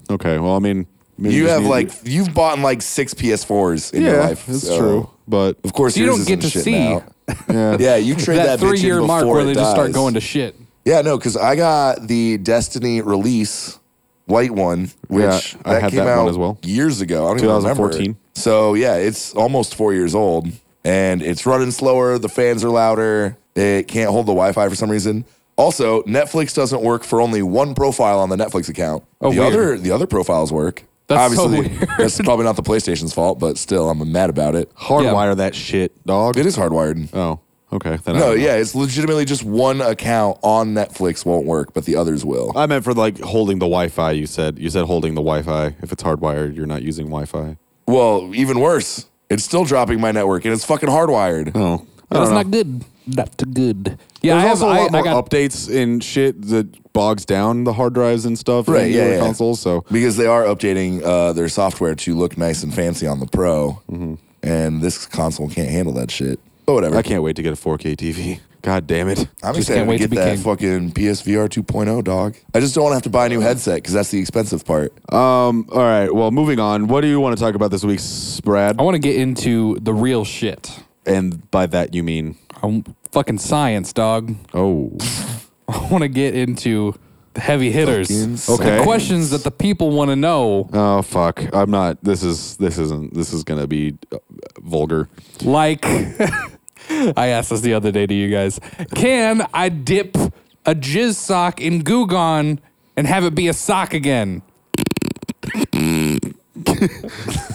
[SPEAKER 2] Okay. Well, I mean, maybe
[SPEAKER 4] You
[SPEAKER 2] just
[SPEAKER 4] have
[SPEAKER 2] need-
[SPEAKER 4] like you've bought like six PS4s in
[SPEAKER 2] yeah,
[SPEAKER 4] your life.
[SPEAKER 2] that's
[SPEAKER 4] so-
[SPEAKER 2] true. But
[SPEAKER 4] Of course,
[SPEAKER 3] So you
[SPEAKER 4] yours
[SPEAKER 3] don't get
[SPEAKER 4] isn't
[SPEAKER 3] to
[SPEAKER 4] shitting
[SPEAKER 3] see
[SPEAKER 4] out. Yeah, you trade
[SPEAKER 3] That
[SPEAKER 4] that,
[SPEAKER 3] three year mark where they
[SPEAKER 4] it
[SPEAKER 3] just start
[SPEAKER 4] dies.
[SPEAKER 3] going to shit.
[SPEAKER 4] Yeah, no, because I got the Destiny release white one, which
[SPEAKER 2] Yeah,
[SPEAKER 4] that
[SPEAKER 2] I had
[SPEAKER 4] came
[SPEAKER 2] that
[SPEAKER 4] out
[SPEAKER 2] one as well.
[SPEAKER 4] years ago. I don't even remember.
[SPEAKER 2] 2014.
[SPEAKER 4] So yeah, it's almost four years old, and it's running slower. The fans are louder. It can't hold the Wi-Fi for some reason. Also, Netflix doesn't work for only one profile on the Netflix account.
[SPEAKER 3] Oh,
[SPEAKER 4] the
[SPEAKER 3] weird.
[SPEAKER 4] other the other profiles work.
[SPEAKER 3] That's so
[SPEAKER 4] Obviously,
[SPEAKER 3] weird.
[SPEAKER 4] that's probably not the PlayStation's fault, but still, I'm mad about it.
[SPEAKER 2] hardwire that shit, dog.
[SPEAKER 4] It is hardwired.
[SPEAKER 2] Oh, okay. Then I
[SPEAKER 4] No,
[SPEAKER 2] don't know.
[SPEAKER 4] yeah, it's legitimately just one account on Netflix won't work, but the others will.
[SPEAKER 2] I meant for like holding the Wi-Fi. You said you said holding the Wi-Fi. If it's hardwired, you're not using Wi-Fi.
[SPEAKER 4] Well, even worse, it's still dropping my network, and it's fucking hardwired.
[SPEAKER 2] Oh,
[SPEAKER 3] That's not good. Not too good. Yeah,
[SPEAKER 2] There's
[SPEAKER 3] I have,
[SPEAKER 2] also a lot
[SPEAKER 3] I, I
[SPEAKER 2] more
[SPEAKER 3] got,
[SPEAKER 2] updates and shit that bogs down the hard drives and stuff.
[SPEAKER 4] Right,
[SPEAKER 2] in
[SPEAKER 4] yeah,
[SPEAKER 2] newer
[SPEAKER 4] yeah.
[SPEAKER 2] Consoles, so
[SPEAKER 4] Because they are updating uh, their software to look nice and fancy on the Pro, and this console can't handle that shit. But whatever.
[SPEAKER 2] I can't wait to get a 4K TV. God damn it!
[SPEAKER 4] I'm
[SPEAKER 3] Just
[SPEAKER 4] excited
[SPEAKER 3] can't wait
[SPEAKER 4] to
[SPEAKER 3] to
[SPEAKER 4] get
[SPEAKER 3] be
[SPEAKER 4] that
[SPEAKER 3] king.
[SPEAKER 4] fucking PSVR 2.0, oh, dog. I just don't want to have to buy a new headset because that's the expensive part.
[SPEAKER 2] Um, all right. Well, moving on. What do you want to talk about this week, Brad?
[SPEAKER 3] I want to get into the real shit.
[SPEAKER 2] And by that you mean
[SPEAKER 3] i fucking science, dog.
[SPEAKER 2] oh,
[SPEAKER 3] I want to get into the heavy hitters.
[SPEAKER 2] Okay.
[SPEAKER 3] The questions that the people want to know,
[SPEAKER 2] oh fuck. I'm not. This is this isn't. This is gonna be uh, vulgar.
[SPEAKER 3] like I asked this the other day to you guys. Can I dip a jizz sock in Goo Gone and have it be a sock again?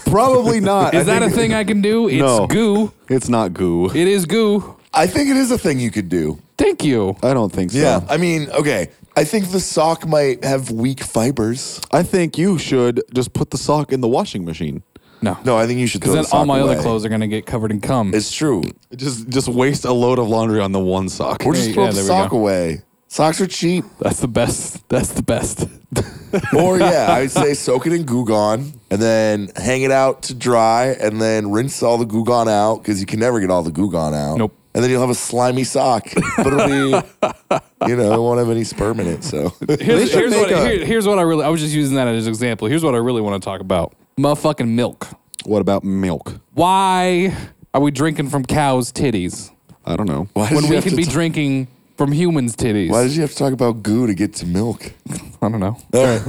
[SPEAKER 2] Probably not.
[SPEAKER 3] Is that a thing I can do? It's
[SPEAKER 2] No.
[SPEAKER 3] goo.
[SPEAKER 2] It's not goo.
[SPEAKER 3] It is goo.
[SPEAKER 4] I think it is a thing you could do.
[SPEAKER 3] Thank you.
[SPEAKER 2] I don't think so.
[SPEAKER 4] Yeah. I mean, okay. I think the sock might have weak fibers.
[SPEAKER 2] I think you should just put the sock in the washing machine.
[SPEAKER 3] No.
[SPEAKER 4] No, I think you should throw
[SPEAKER 3] Because then
[SPEAKER 4] the sock
[SPEAKER 3] all my other
[SPEAKER 4] away.
[SPEAKER 3] clothes are going to get covered in cum.
[SPEAKER 4] It's true.
[SPEAKER 2] Just just waste a load of laundry on the one sock.
[SPEAKER 4] Or just
[SPEAKER 3] Yeah,
[SPEAKER 4] throw
[SPEAKER 3] yeah,
[SPEAKER 4] the
[SPEAKER 3] there we
[SPEAKER 4] sock
[SPEAKER 3] go.
[SPEAKER 4] away. Socks are cheap.
[SPEAKER 3] That's the best. That's the best.
[SPEAKER 4] or yeah, I would say soak it in Goo Gone and then hang it out to dry and then rinse all the Goo Gone out because you can never get all the Goo Gone out.
[SPEAKER 3] Nope.
[SPEAKER 4] And then you'll have a slimy sock, but it'll be, you know, it won't have any sperm in it. So
[SPEAKER 3] Here's,
[SPEAKER 2] should
[SPEAKER 3] here's
[SPEAKER 2] make
[SPEAKER 3] what,
[SPEAKER 2] a-
[SPEAKER 3] here- here's what I really, I was just using that as an example. Here's what I really want to talk about motherfucking milk.
[SPEAKER 2] What about milk?
[SPEAKER 3] Why are we drinking from cows' titties
[SPEAKER 2] I don't know.
[SPEAKER 4] why did
[SPEAKER 3] when
[SPEAKER 4] you
[SPEAKER 3] we
[SPEAKER 4] have
[SPEAKER 3] can
[SPEAKER 4] to
[SPEAKER 3] be
[SPEAKER 4] ta-
[SPEAKER 3] drinking from humans' titties?
[SPEAKER 4] Why did you have to talk about goo to get to milk?
[SPEAKER 3] I don't know.
[SPEAKER 4] All right.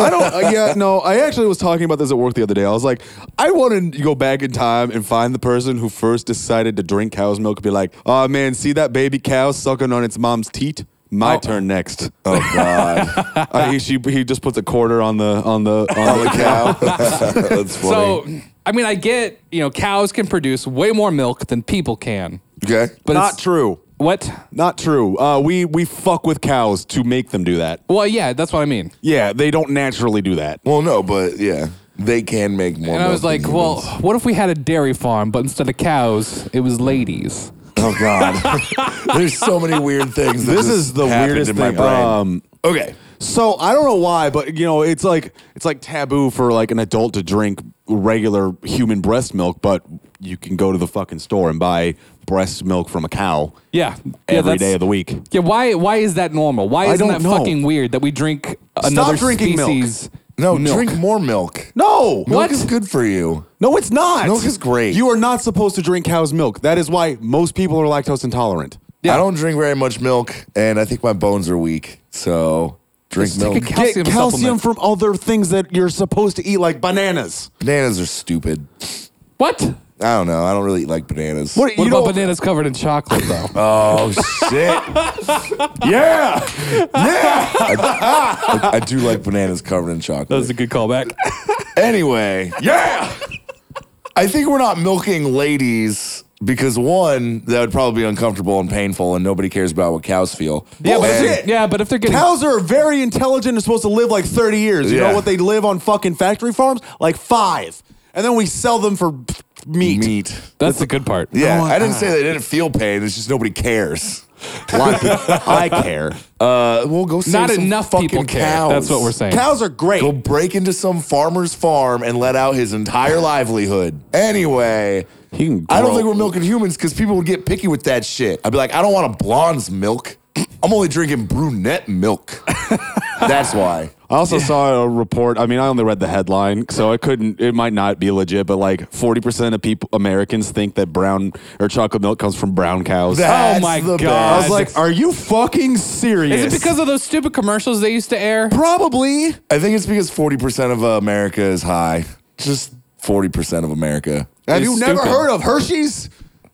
[SPEAKER 2] I don't. Uh, yeah, no. I actually was talking about this at work the other day. I was like, I want to go back in time and find the person who first decided to drink cow's milk. and Be like, oh man, see that baby cow sucking on its mom's teat. My
[SPEAKER 3] Oh.
[SPEAKER 2] turn next.
[SPEAKER 4] Oh God,
[SPEAKER 2] Uh, he, she, he just puts a quarter on the on the on
[SPEAKER 4] holy
[SPEAKER 2] the.
[SPEAKER 4] cow! That's funny.
[SPEAKER 3] So, I mean, I get, you know, cows can produce way more milk than people can.
[SPEAKER 4] okay,
[SPEAKER 3] But
[SPEAKER 2] Not
[SPEAKER 3] it's-
[SPEAKER 2] true.
[SPEAKER 3] What?
[SPEAKER 2] Not true. Uh, we we fuck with cows to make them do that.
[SPEAKER 3] Well, yeah, that's what I mean.
[SPEAKER 2] Yeah, they don't naturally do that.
[SPEAKER 4] well, no, but yeah, they can make more.
[SPEAKER 3] And I
[SPEAKER 4] milk
[SPEAKER 3] was like,
[SPEAKER 4] than
[SPEAKER 3] well,
[SPEAKER 4] humans.
[SPEAKER 3] what if we had a dairy farm, but instead of cows, it was ladies?
[SPEAKER 4] oh God, there's so many weird things. That
[SPEAKER 2] This
[SPEAKER 4] just
[SPEAKER 2] is the
[SPEAKER 4] happened
[SPEAKER 2] weirdest
[SPEAKER 4] in my
[SPEAKER 2] thing.
[SPEAKER 4] brain.
[SPEAKER 2] Um,
[SPEAKER 4] okay,
[SPEAKER 2] So I don't know why, but you know, it's like it's like taboo for like an adult to drink regular human breast milk, but you can go to the fucking store and buy breast milk from a cow
[SPEAKER 3] Yeah. yeah,
[SPEAKER 2] every
[SPEAKER 3] that's-
[SPEAKER 2] day of the week.
[SPEAKER 3] Yeah, why why is that normal? Why
[SPEAKER 2] I
[SPEAKER 3] isn't
[SPEAKER 2] don't
[SPEAKER 3] that
[SPEAKER 2] know.
[SPEAKER 3] fucking weird that we drink another
[SPEAKER 2] drinking milk.
[SPEAKER 3] species?
[SPEAKER 4] no,
[SPEAKER 3] milk?
[SPEAKER 4] drink more milk.
[SPEAKER 2] No,
[SPEAKER 4] Milk
[SPEAKER 3] What?
[SPEAKER 4] is good for you.
[SPEAKER 2] no, it's not.
[SPEAKER 4] Milk is great.
[SPEAKER 2] You are not supposed to drink cow's milk. That is why most people are lactose intolerant.
[SPEAKER 3] Yeah.
[SPEAKER 4] I don't drink very much milk, and I think my bones are weak. So drink
[SPEAKER 3] take a
[SPEAKER 4] milk.
[SPEAKER 3] cal- Calcium
[SPEAKER 2] Get calcium
[SPEAKER 3] supplement.
[SPEAKER 2] from other things that you're supposed to eat, like bananas.
[SPEAKER 4] bananas are stupid.
[SPEAKER 3] What?
[SPEAKER 4] I don't know. I don't really like bananas.
[SPEAKER 2] What,
[SPEAKER 3] What
[SPEAKER 2] you
[SPEAKER 3] about
[SPEAKER 2] don't?
[SPEAKER 3] bananas covered in chocolate though?
[SPEAKER 4] Oh shit! yeah, yeah. I, I- I do like bananas covered in chocolate.
[SPEAKER 3] a good callback.
[SPEAKER 4] Anyway, yeah. I think we're not milking ladies because one, that would probably be uncomfortable and painful, and nobody cares about what cows feel.
[SPEAKER 3] yeah, but
[SPEAKER 4] And-
[SPEAKER 2] Bullshit.
[SPEAKER 3] if, yeah, but if they're getting
[SPEAKER 2] Cows are very intelligent and supposed to live like 30 years. You
[SPEAKER 4] Yeah.
[SPEAKER 2] know what they live on fucking factory farms? Like five. And then we sell them for meat.
[SPEAKER 4] meat.
[SPEAKER 3] that's the good part.
[SPEAKER 4] Yeah,
[SPEAKER 2] No,
[SPEAKER 4] I didn't
[SPEAKER 2] uh,
[SPEAKER 4] say they didn't feel pain. It's just nobody cares.
[SPEAKER 2] I care.
[SPEAKER 4] Uh, well, go save
[SPEAKER 3] Not
[SPEAKER 4] some
[SPEAKER 3] enough
[SPEAKER 4] fucking
[SPEAKER 3] people care.
[SPEAKER 4] cows.
[SPEAKER 3] That's what we're saying.
[SPEAKER 2] Cows are great.
[SPEAKER 4] Go break into some farmer's farm and let out his entire livelihood. Anyway,
[SPEAKER 2] He can
[SPEAKER 4] I don't
[SPEAKER 2] grow-
[SPEAKER 4] think we're milking humans because people would get picky with that shit. I'd be like, I don't want a blonde's milk. I'm only drinking brunette milk. That's why.
[SPEAKER 2] I also saw a report. I mean, I only read the headline, so I couldn't. It might not be legit, but like forty percent of people, Americans, think that brown or chocolate milk comes from brown cows.
[SPEAKER 4] That's
[SPEAKER 3] Oh my
[SPEAKER 4] the
[SPEAKER 3] God.
[SPEAKER 2] I was
[SPEAKER 4] best.
[SPEAKER 2] like, "Are you fucking serious?"
[SPEAKER 3] Is it because of those stupid commercials they used to air?
[SPEAKER 2] probably?
[SPEAKER 4] I think it's because 40% of uh, America is high. Just 40% of America.
[SPEAKER 2] Have
[SPEAKER 3] It's
[SPEAKER 2] you never
[SPEAKER 3] stupid.
[SPEAKER 2] heard of Hershey's?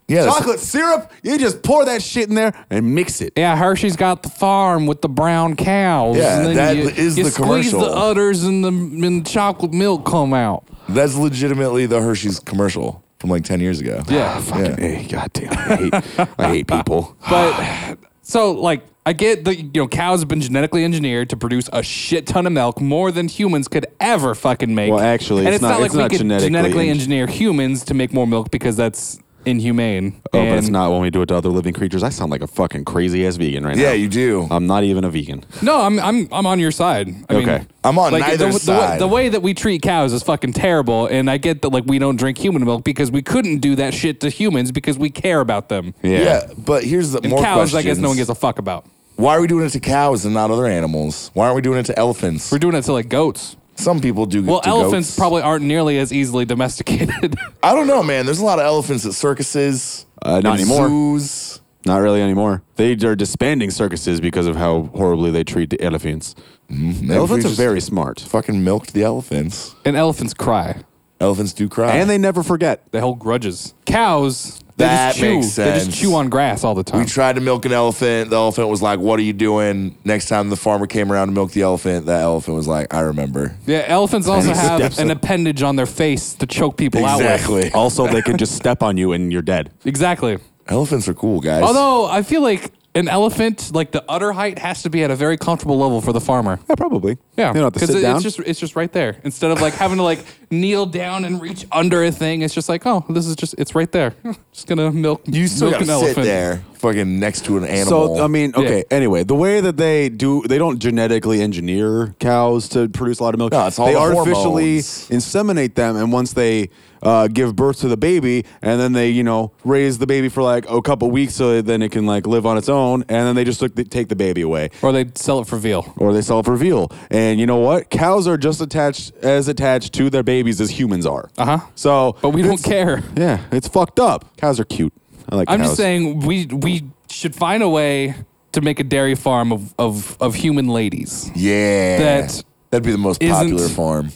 [SPEAKER 4] Yeah, that's-
[SPEAKER 2] Chocolate syrup? You just pour that shit in there and mix it.
[SPEAKER 3] Yeah, Hershey's got the farm with the brown cows.
[SPEAKER 4] Yeah, that
[SPEAKER 3] you,
[SPEAKER 4] is
[SPEAKER 3] you
[SPEAKER 4] the
[SPEAKER 3] squeeze
[SPEAKER 4] commercial.
[SPEAKER 3] the udders and the and chocolate milk come out.
[SPEAKER 4] That's legitimately the Hershey's commercial from like 10 years ago.
[SPEAKER 3] Yeah.
[SPEAKER 2] Fucking hey, goddamn! I hate, I hate people.
[SPEAKER 3] But so like I get that you know cows have been genetically engineered to produce a shit ton of milk more than humans could ever fucking make.
[SPEAKER 2] Well, actually, it's
[SPEAKER 3] and it's,
[SPEAKER 2] not-
[SPEAKER 3] not, like
[SPEAKER 2] it's
[SPEAKER 3] we
[SPEAKER 2] not
[SPEAKER 3] could
[SPEAKER 2] genetically
[SPEAKER 3] genetically,
[SPEAKER 2] eng-
[SPEAKER 3] engineer humans to make more milk because that's inhumane.
[SPEAKER 2] Oh, but it's
[SPEAKER 3] And-
[SPEAKER 2] not when we do it to other living creatures. I sound like a fucking crazy ass vegan right now.
[SPEAKER 4] Yeah, you do.
[SPEAKER 2] I'm not even a vegan.
[SPEAKER 3] No, I'm I'm I'm on your side. I
[SPEAKER 2] Okay.
[SPEAKER 3] mean,
[SPEAKER 4] I'm on
[SPEAKER 3] like,
[SPEAKER 4] neither
[SPEAKER 3] the, the way-
[SPEAKER 4] side.
[SPEAKER 3] The, way that we treat cows is fucking terrible, and I get that like we don't drink human milk because we couldn't do that shit to humans because we care about them.
[SPEAKER 4] yeah. but here's the more
[SPEAKER 3] cows,
[SPEAKER 4] questions.
[SPEAKER 3] I guess no one gives a fuck about.
[SPEAKER 4] Why are we doing it to cows and not other animals? Why aren't we doing it to elephants?
[SPEAKER 3] We're doing it to like goats.
[SPEAKER 4] Some people do.
[SPEAKER 3] Well,
[SPEAKER 4] do
[SPEAKER 3] elephants
[SPEAKER 4] goats.
[SPEAKER 3] probably aren't nearly as easily domesticated.
[SPEAKER 4] I don't know, man. There's a lot of elephants at circuses.
[SPEAKER 2] Uh, not
[SPEAKER 4] in
[SPEAKER 2] anymore.
[SPEAKER 4] Zoos.
[SPEAKER 2] Not really anymore. They are disbanding circuses because of how horribly they treat the elephants.
[SPEAKER 4] Maybe
[SPEAKER 2] Elephants
[SPEAKER 4] we
[SPEAKER 2] are
[SPEAKER 4] just
[SPEAKER 2] very smart,
[SPEAKER 4] fucking milked the elephants.
[SPEAKER 3] and elephants cry.
[SPEAKER 4] Elephants do cry.
[SPEAKER 2] and they never forget.
[SPEAKER 3] They hold grudges. Cows, they
[SPEAKER 4] That
[SPEAKER 3] just chew.
[SPEAKER 4] makes
[SPEAKER 3] They
[SPEAKER 4] sense.
[SPEAKER 3] just chew on grass all the time.
[SPEAKER 4] we tried to milk an elephant. The elephant was like, "What are you doing?" Next time the farmer came around to milk the elephant, that elephant was like, "I remember."
[SPEAKER 3] yeah, elephants also have
[SPEAKER 2] steps
[SPEAKER 3] an appendage on their face to choke people out with.
[SPEAKER 4] Exactly.
[SPEAKER 2] Also, they could just step on you and you're dead.
[SPEAKER 3] Exactly.
[SPEAKER 4] Elephants are cool, guys.
[SPEAKER 3] Although I feel like an elephant, like the udder height, has to be at a very comfortable level for the farmer.
[SPEAKER 2] Yeah, probably.
[SPEAKER 3] Yeah,
[SPEAKER 2] you don't have to sit
[SPEAKER 3] it-
[SPEAKER 2] down.
[SPEAKER 3] it's just it's just right there. Instead of like having to like kneel down and reach under a thing. It's just like, oh, this is just it's right there. just gonna milk.
[SPEAKER 4] You still
[SPEAKER 3] milk
[SPEAKER 4] gotta
[SPEAKER 3] an
[SPEAKER 4] sit
[SPEAKER 3] elephant.
[SPEAKER 4] there, fucking next to an animal.
[SPEAKER 2] So I mean, okay. Anyway, the way that they do, they don't genetically engineer cows to produce a lot of milk.
[SPEAKER 4] No, it's all
[SPEAKER 2] they
[SPEAKER 4] the
[SPEAKER 2] artificially
[SPEAKER 4] hormones.
[SPEAKER 2] inseminate them, and once they uh, give birth to the baby, and then they, you know, raise the baby for like a couple weeks, so then it can like live on its own, and then they just took the, take the baby away,
[SPEAKER 3] Or they sell it for veal.
[SPEAKER 2] or they sell it for veal. And you know what? Cows are just attached as attached to their babies as humans are.
[SPEAKER 3] Uh huh.
[SPEAKER 2] So,
[SPEAKER 3] But we don't
[SPEAKER 2] it's-
[SPEAKER 3] care.
[SPEAKER 2] Yeah, it's fucked up. Cows are cute. I like.
[SPEAKER 3] I'm
[SPEAKER 2] cows.
[SPEAKER 3] just saying we we should find a way to make a dairy farm of of, of human ladies,
[SPEAKER 4] yeah,
[SPEAKER 3] That
[SPEAKER 4] that'd be the most
[SPEAKER 3] isn't-
[SPEAKER 4] popular farm.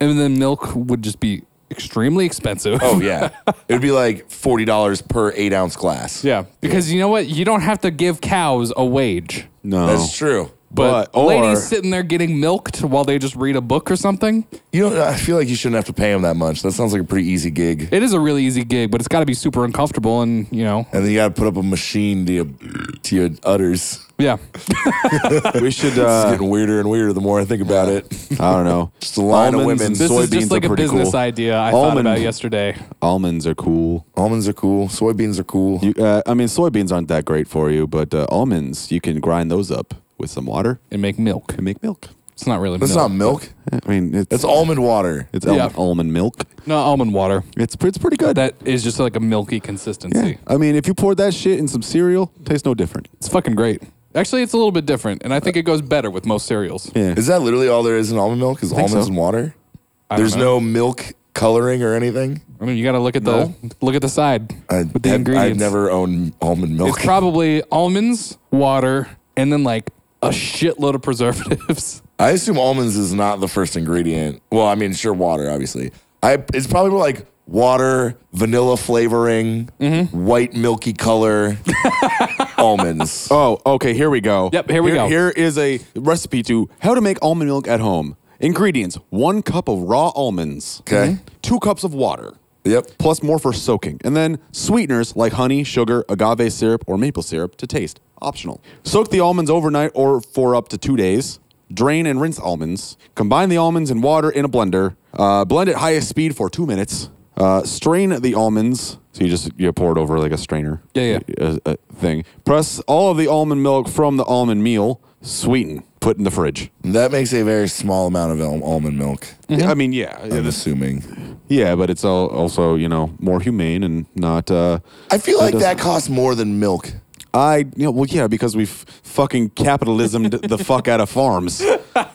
[SPEAKER 3] and then milk would just be extremely expensive.
[SPEAKER 4] Oh yeah, it would be like forty dollars per eight ounce glass.
[SPEAKER 3] yeah, because you know what? You don't have to give cows a wage.
[SPEAKER 2] no.
[SPEAKER 4] that's true.
[SPEAKER 3] But,
[SPEAKER 2] But or
[SPEAKER 3] ladies sitting there getting milked while they just read a book or something.
[SPEAKER 4] You know, I feel like you shouldn't have to pay them that much. That sounds like a pretty easy gig.
[SPEAKER 3] It is a really easy gig, but it's got to be super uncomfortable and, you know,
[SPEAKER 4] And then you got to put up a machine to your, to your udders.
[SPEAKER 3] yeah.
[SPEAKER 2] we should.
[SPEAKER 4] It's
[SPEAKER 2] Uh,
[SPEAKER 4] getting weirder and weirder the more I think about it.
[SPEAKER 2] I don't know.
[SPEAKER 4] Just a line of
[SPEAKER 2] Almonds
[SPEAKER 4] women.
[SPEAKER 2] and
[SPEAKER 3] This
[SPEAKER 2] soybeans
[SPEAKER 3] is just like
[SPEAKER 2] are
[SPEAKER 3] a
[SPEAKER 2] pretty
[SPEAKER 3] business
[SPEAKER 2] cool.
[SPEAKER 3] idea I thought
[SPEAKER 2] Almond-
[SPEAKER 3] about yesterday.
[SPEAKER 2] Almonds are cool.
[SPEAKER 4] Almonds are cool. Soybeans are cool.
[SPEAKER 2] You, uh, I mean, soybeans aren't that great for you, but uh, almonds you can grind those up with some water
[SPEAKER 3] And make milk.
[SPEAKER 2] and make milk.
[SPEAKER 3] It's not really
[SPEAKER 4] That's
[SPEAKER 3] milk.
[SPEAKER 4] not milk.
[SPEAKER 2] I mean, it's
[SPEAKER 4] That's almond water.
[SPEAKER 2] it's al-
[SPEAKER 3] Yeah.
[SPEAKER 2] almond milk.
[SPEAKER 3] no, almond water.
[SPEAKER 2] It's it's pretty good.
[SPEAKER 3] That is just like a milky consistency.
[SPEAKER 2] yeah. I mean, if you poured that shit in some cereal, tastes no different.
[SPEAKER 3] It's fucking great. Actually, it's a little bit different, and I think it goes better with most cereals.
[SPEAKER 2] Yeah.
[SPEAKER 4] Is that literally all there is in almond milk? Is almonds
[SPEAKER 2] so.
[SPEAKER 4] and water?
[SPEAKER 3] don't
[SPEAKER 4] There's
[SPEAKER 3] know.
[SPEAKER 4] no milk coloring or anything.
[SPEAKER 3] I mean, you got to look at the look at the side
[SPEAKER 4] I,
[SPEAKER 3] with the
[SPEAKER 4] I've-
[SPEAKER 3] ingredients.
[SPEAKER 4] I've never owned almond milk.
[SPEAKER 3] It's probably almonds, water, and then like a shitload of preservatives.
[SPEAKER 4] I assume almonds is not the first ingredient. Well, I mean, sure, water, obviously. I it's probably more like water, vanilla flavoring, white milky color, almonds.
[SPEAKER 2] Oh, okay. Here we go.
[SPEAKER 3] Yep, here we go.
[SPEAKER 2] Here is a recipe to how to make almond milk at home. Ingredients: one cup of raw almonds.
[SPEAKER 4] Okay.
[SPEAKER 2] Two cups of water.
[SPEAKER 4] Yep.
[SPEAKER 2] plus more for soaking. And then sweeteners like honey, sugar, agave syrup, or maple syrup to taste. Optional. Soak the almonds overnight or for up to two days. Drain and rinse almonds. Combine the almonds and water in a blender. Uh, blend at highest speed for two minutes. Uh, strain the almonds. So you just you pour it over like a strainer.
[SPEAKER 3] Yeah,
[SPEAKER 2] Uh, uh, thing. Press all of the almond milk from the almond meal. Sweeten. Put in the fridge.
[SPEAKER 4] That makes a very small amount of al- almond milk.
[SPEAKER 3] Mm-hmm.
[SPEAKER 2] I mean, yeah, yeah,
[SPEAKER 4] I'm
[SPEAKER 2] this-
[SPEAKER 4] assuming.
[SPEAKER 2] yeah, but it's all also you know more humane and not. Uh,
[SPEAKER 4] I feel like
[SPEAKER 2] doesn't-
[SPEAKER 4] that costs more than milk.
[SPEAKER 2] I you know, well yeah because we've fucking capitalismed the fuck out of farms.
[SPEAKER 4] I'm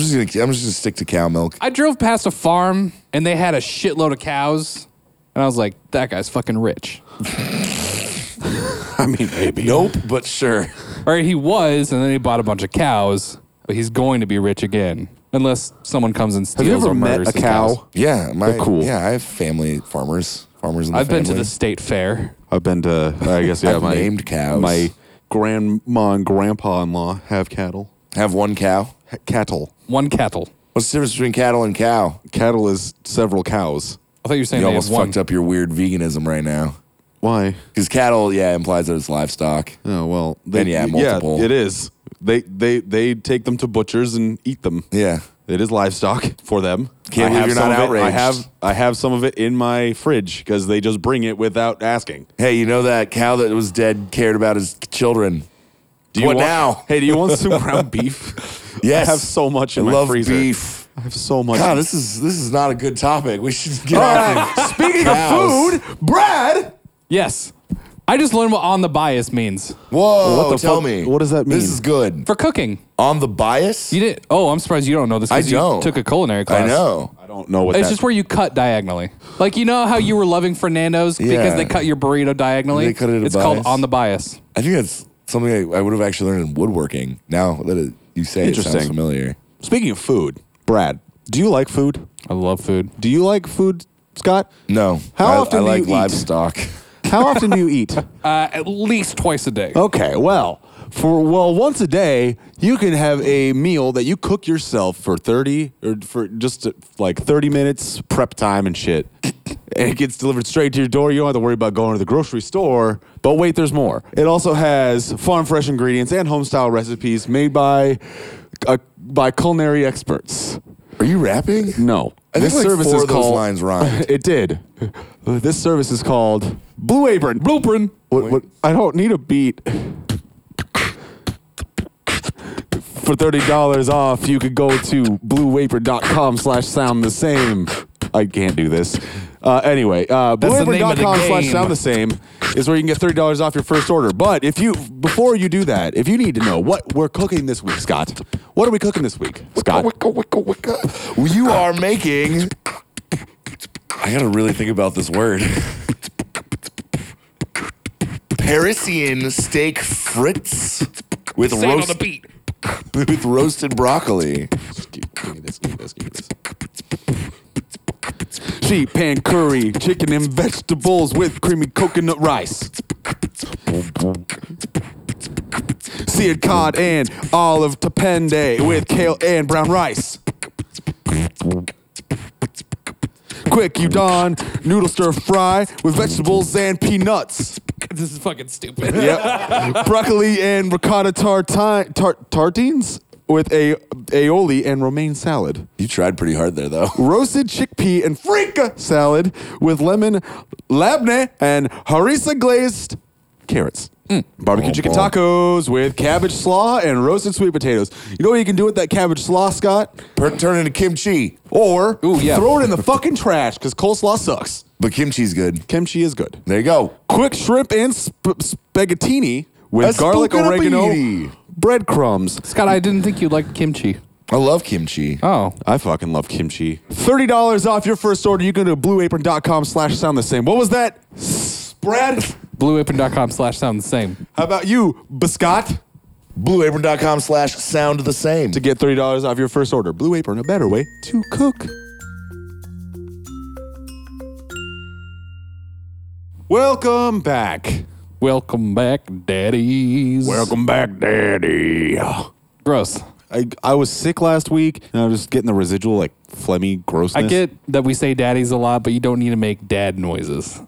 [SPEAKER 4] just gonna I'm just gonna stick to cow milk.
[SPEAKER 3] I drove past a farm and they had a shitload of cows, and I was like, that guy's fucking rich.
[SPEAKER 2] I mean maybe.
[SPEAKER 4] Nope, but sure.
[SPEAKER 3] Or he was, and then he bought a bunch of cows, but he's going to be rich again unless someone comes and
[SPEAKER 2] Have
[SPEAKER 3] steals
[SPEAKER 2] you ever
[SPEAKER 3] or
[SPEAKER 2] met
[SPEAKER 3] murders
[SPEAKER 2] a
[SPEAKER 3] his cows.
[SPEAKER 2] cow?
[SPEAKER 4] Yeah, my
[SPEAKER 2] Oh. They're cool.
[SPEAKER 4] Yeah, I have family farmers. Farmers in the
[SPEAKER 3] I've been to
[SPEAKER 4] family.
[SPEAKER 3] the state fair.
[SPEAKER 2] I've been to I guess yeah
[SPEAKER 4] I've
[SPEAKER 2] my
[SPEAKER 4] named cows.
[SPEAKER 2] My grandma and grandpa in law have cattle.
[SPEAKER 4] have one cow.
[SPEAKER 2] Ha- cattle.
[SPEAKER 3] One cattle.
[SPEAKER 4] What's the difference between cattle and cow?
[SPEAKER 2] Cattle is several cows.
[SPEAKER 3] I thought you were saying
[SPEAKER 4] You
[SPEAKER 3] they
[SPEAKER 4] almost
[SPEAKER 3] had one.
[SPEAKER 4] fucked up your weird veganism right now.
[SPEAKER 2] Why?
[SPEAKER 4] Because cattle, yeah, implies that it's livestock.
[SPEAKER 2] Oh well. They,
[SPEAKER 4] And yeah, multiple.
[SPEAKER 2] it is. They they they take them to butchers and eat them.
[SPEAKER 4] Yeah.
[SPEAKER 2] It is livestock for them. I
[SPEAKER 4] Can't believe
[SPEAKER 2] have
[SPEAKER 4] you're
[SPEAKER 2] some
[SPEAKER 4] not
[SPEAKER 2] of it- I
[SPEAKER 4] outraged.
[SPEAKER 2] have I have some of it in my fridge because they just bring it without asking.
[SPEAKER 4] Hey, you know that cow that was dead cared about his children.
[SPEAKER 2] Do you
[SPEAKER 4] What
[SPEAKER 2] want,
[SPEAKER 4] now?
[SPEAKER 2] Hey, do you want some ground beef?
[SPEAKER 4] Yes.
[SPEAKER 2] I have so much in
[SPEAKER 4] I
[SPEAKER 2] my
[SPEAKER 4] love
[SPEAKER 2] freezer.
[SPEAKER 4] beef.
[SPEAKER 2] I have so much.
[SPEAKER 4] God, this is this is not a good topic. We should get
[SPEAKER 2] All
[SPEAKER 4] off
[SPEAKER 2] right.
[SPEAKER 4] of
[SPEAKER 2] Speaking
[SPEAKER 4] cows.
[SPEAKER 2] of food, Brad.
[SPEAKER 3] Yes. I just learned what on the bias means
[SPEAKER 4] Whoa,
[SPEAKER 2] What the
[SPEAKER 4] tell
[SPEAKER 2] fuck-
[SPEAKER 4] me.
[SPEAKER 2] what does that mean?
[SPEAKER 4] This is good.
[SPEAKER 3] for cooking.
[SPEAKER 4] On the bias?
[SPEAKER 3] You didn't. Oh, I'm surprised you don't know this. 'cause
[SPEAKER 4] I don't.
[SPEAKER 3] You took a culinary class.
[SPEAKER 4] I know.
[SPEAKER 2] I don't know what
[SPEAKER 3] It's
[SPEAKER 2] that-
[SPEAKER 3] just where you cut diagonally. Like you know how you were loving Fernando's
[SPEAKER 4] Yeah.
[SPEAKER 3] because they cut your burrito diagonally.
[SPEAKER 4] They cut it at a
[SPEAKER 3] It's called
[SPEAKER 4] bias.
[SPEAKER 3] on the bias.
[SPEAKER 4] I think that's something I, I would have actually learned in woodworking. Now that it, you say it, it sounds
[SPEAKER 2] Interesting.
[SPEAKER 4] familiar.
[SPEAKER 2] Speaking of food, Brad, do you like food?
[SPEAKER 3] I love food.
[SPEAKER 2] Do you like food, Scott?
[SPEAKER 4] No.
[SPEAKER 2] How
[SPEAKER 4] I,
[SPEAKER 2] often
[SPEAKER 4] I
[SPEAKER 2] do
[SPEAKER 4] like
[SPEAKER 2] you eat?
[SPEAKER 4] livestock.
[SPEAKER 2] How often do you eat?
[SPEAKER 3] Uh, at least twice a day.
[SPEAKER 2] Okay, well, for well, once a day, you can have a meal that you cook yourself for 30 or for just uh, like 30 minutes prep time and shit. And it gets delivered straight to your door. You don't have to worry about going to the grocery store. But wait, there's more. It also has farm fresh ingredients and home style recipes made by uh, by culinary experts.
[SPEAKER 4] Are you rapping?
[SPEAKER 2] No.
[SPEAKER 4] I think like four of those lines rhymed.
[SPEAKER 2] it did. This service is called Blue Apron.
[SPEAKER 3] Blooprin.
[SPEAKER 2] What, what, I don't need a beat. For $30 off, you could go to blueapron.com slash sound the same. I can't do this. Uh, anyway, uh,
[SPEAKER 3] That's the name of the
[SPEAKER 2] blueapron.com slash
[SPEAKER 3] game.
[SPEAKER 2] sound the same is where you can get $30 off your first order. But if you, before you do that, if you need to know what we're cooking this week, Scott, what are we cooking this week, Scott?
[SPEAKER 4] Wicka, wicka, wicka. Well, You are making. I gotta really think about this word. Parisian steak frites with
[SPEAKER 1] Say it on the
[SPEAKER 4] roast,
[SPEAKER 1] beat.
[SPEAKER 4] with roasted broccoli.
[SPEAKER 2] Give me this, give me this, give me this. Sheep pan curry, chicken and vegetables with creamy coconut rice. Seared cod and olive tapende with kale and brown rice. Quick you don noodle stir fry with vegetables and peanuts.
[SPEAKER 3] This is fucking stupid.
[SPEAKER 2] Yep. Broccoli and ricotta tarti- tar- tartines with a aioli and romaine salad
[SPEAKER 4] You tried pretty hard there, though.
[SPEAKER 2] roasted chickpea and franca salad with lemon labne and harissa glazed carrots. Mm. Barbecue
[SPEAKER 4] Oh,
[SPEAKER 2] chicken
[SPEAKER 4] boy.
[SPEAKER 2] tacos with cabbage slaw and roasted sweet potatoes. You know what you can do with that cabbage slaw, Scott?
[SPEAKER 4] Per- Turn into kimchi,
[SPEAKER 2] Or
[SPEAKER 3] Ooh, yeah.
[SPEAKER 2] throw it in the fucking trash because coleslaw sucks.
[SPEAKER 4] but kimchi's good.
[SPEAKER 2] Kimchi is good.
[SPEAKER 4] There you go.
[SPEAKER 2] Quick shrimp and sp- spaghettini with
[SPEAKER 4] A
[SPEAKER 2] garlic, oregano,
[SPEAKER 4] spaghetti.
[SPEAKER 2] breadcrumbs.
[SPEAKER 3] Scott, I didn't think you liked kimchi.
[SPEAKER 4] I love kimchi.
[SPEAKER 3] Oh.
[SPEAKER 2] I fucking love kimchi. $30 off your first order. You can go to blueapron.com slash sound the same. What was that, S- Brad?
[SPEAKER 3] Blueapron.com slash sound the same.
[SPEAKER 2] How about you, Biscott?
[SPEAKER 4] Blueapron.com slash sound the same.
[SPEAKER 2] To get $30 off your first order. Blue Apron, a better way to cook. Welcome back.
[SPEAKER 3] Welcome back, daddies.
[SPEAKER 2] back, Daddy. I,
[SPEAKER 3] Gross.
[SPEAKER 2] I was sick last week, and I was just getting the residual, like, phlegmy grossness.
[SPEAKER 3] I get that we say daddies a lot, but you don't need to make dad noises.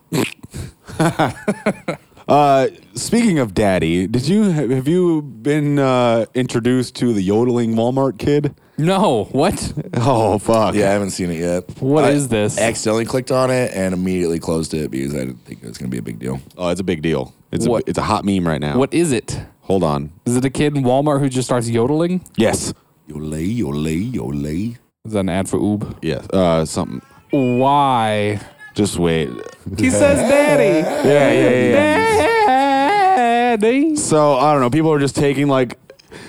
[SPEAKER 2] Uh, speaking of daddy, did you have you been uh, introduced to the yodeling Walmart kid?
[SPEAKER 3] No. What?
[SPEAKER 2] Oh fuck!
[SPEAKER 4] Yeah, I haven't seen it yet.
[SPEAKER 3] What
[SPEAKER 4] What is
[SPEAKER 3] is this?
[SPEAKER 4] Accidentally clicked on it and immediately closed it because I didn't think it was going to be a big deal.
[SPEAKER 2] Oh, it's a big deal. It's
[SPEAKER 3] What?
[SPEAKER 2] a it's a hot meme right now.
[SPEAKER 3] What is it?
[SPEAKER 2] Hold on.
[SPEAKER 3] Is it a kid in Walmart who just starts yodeling?
[SPEAKER 2] Yes.
[SPEAKER 4] Yole, yole, yole.
[SPEAKER 3] Is that an ad for Oob?
[SPEAKER 2] Yes. Uh, something.
[SPEAKER 3] Why?
[SPEAKER 2] Just wait.
[SPEAKER 3] He says daddy.
[SPEAKER 2] Yeah, yeah, yeah.
[SPEAKER 3] Daddy.
[SPEAKER 2] So I don't know. People are just taking like.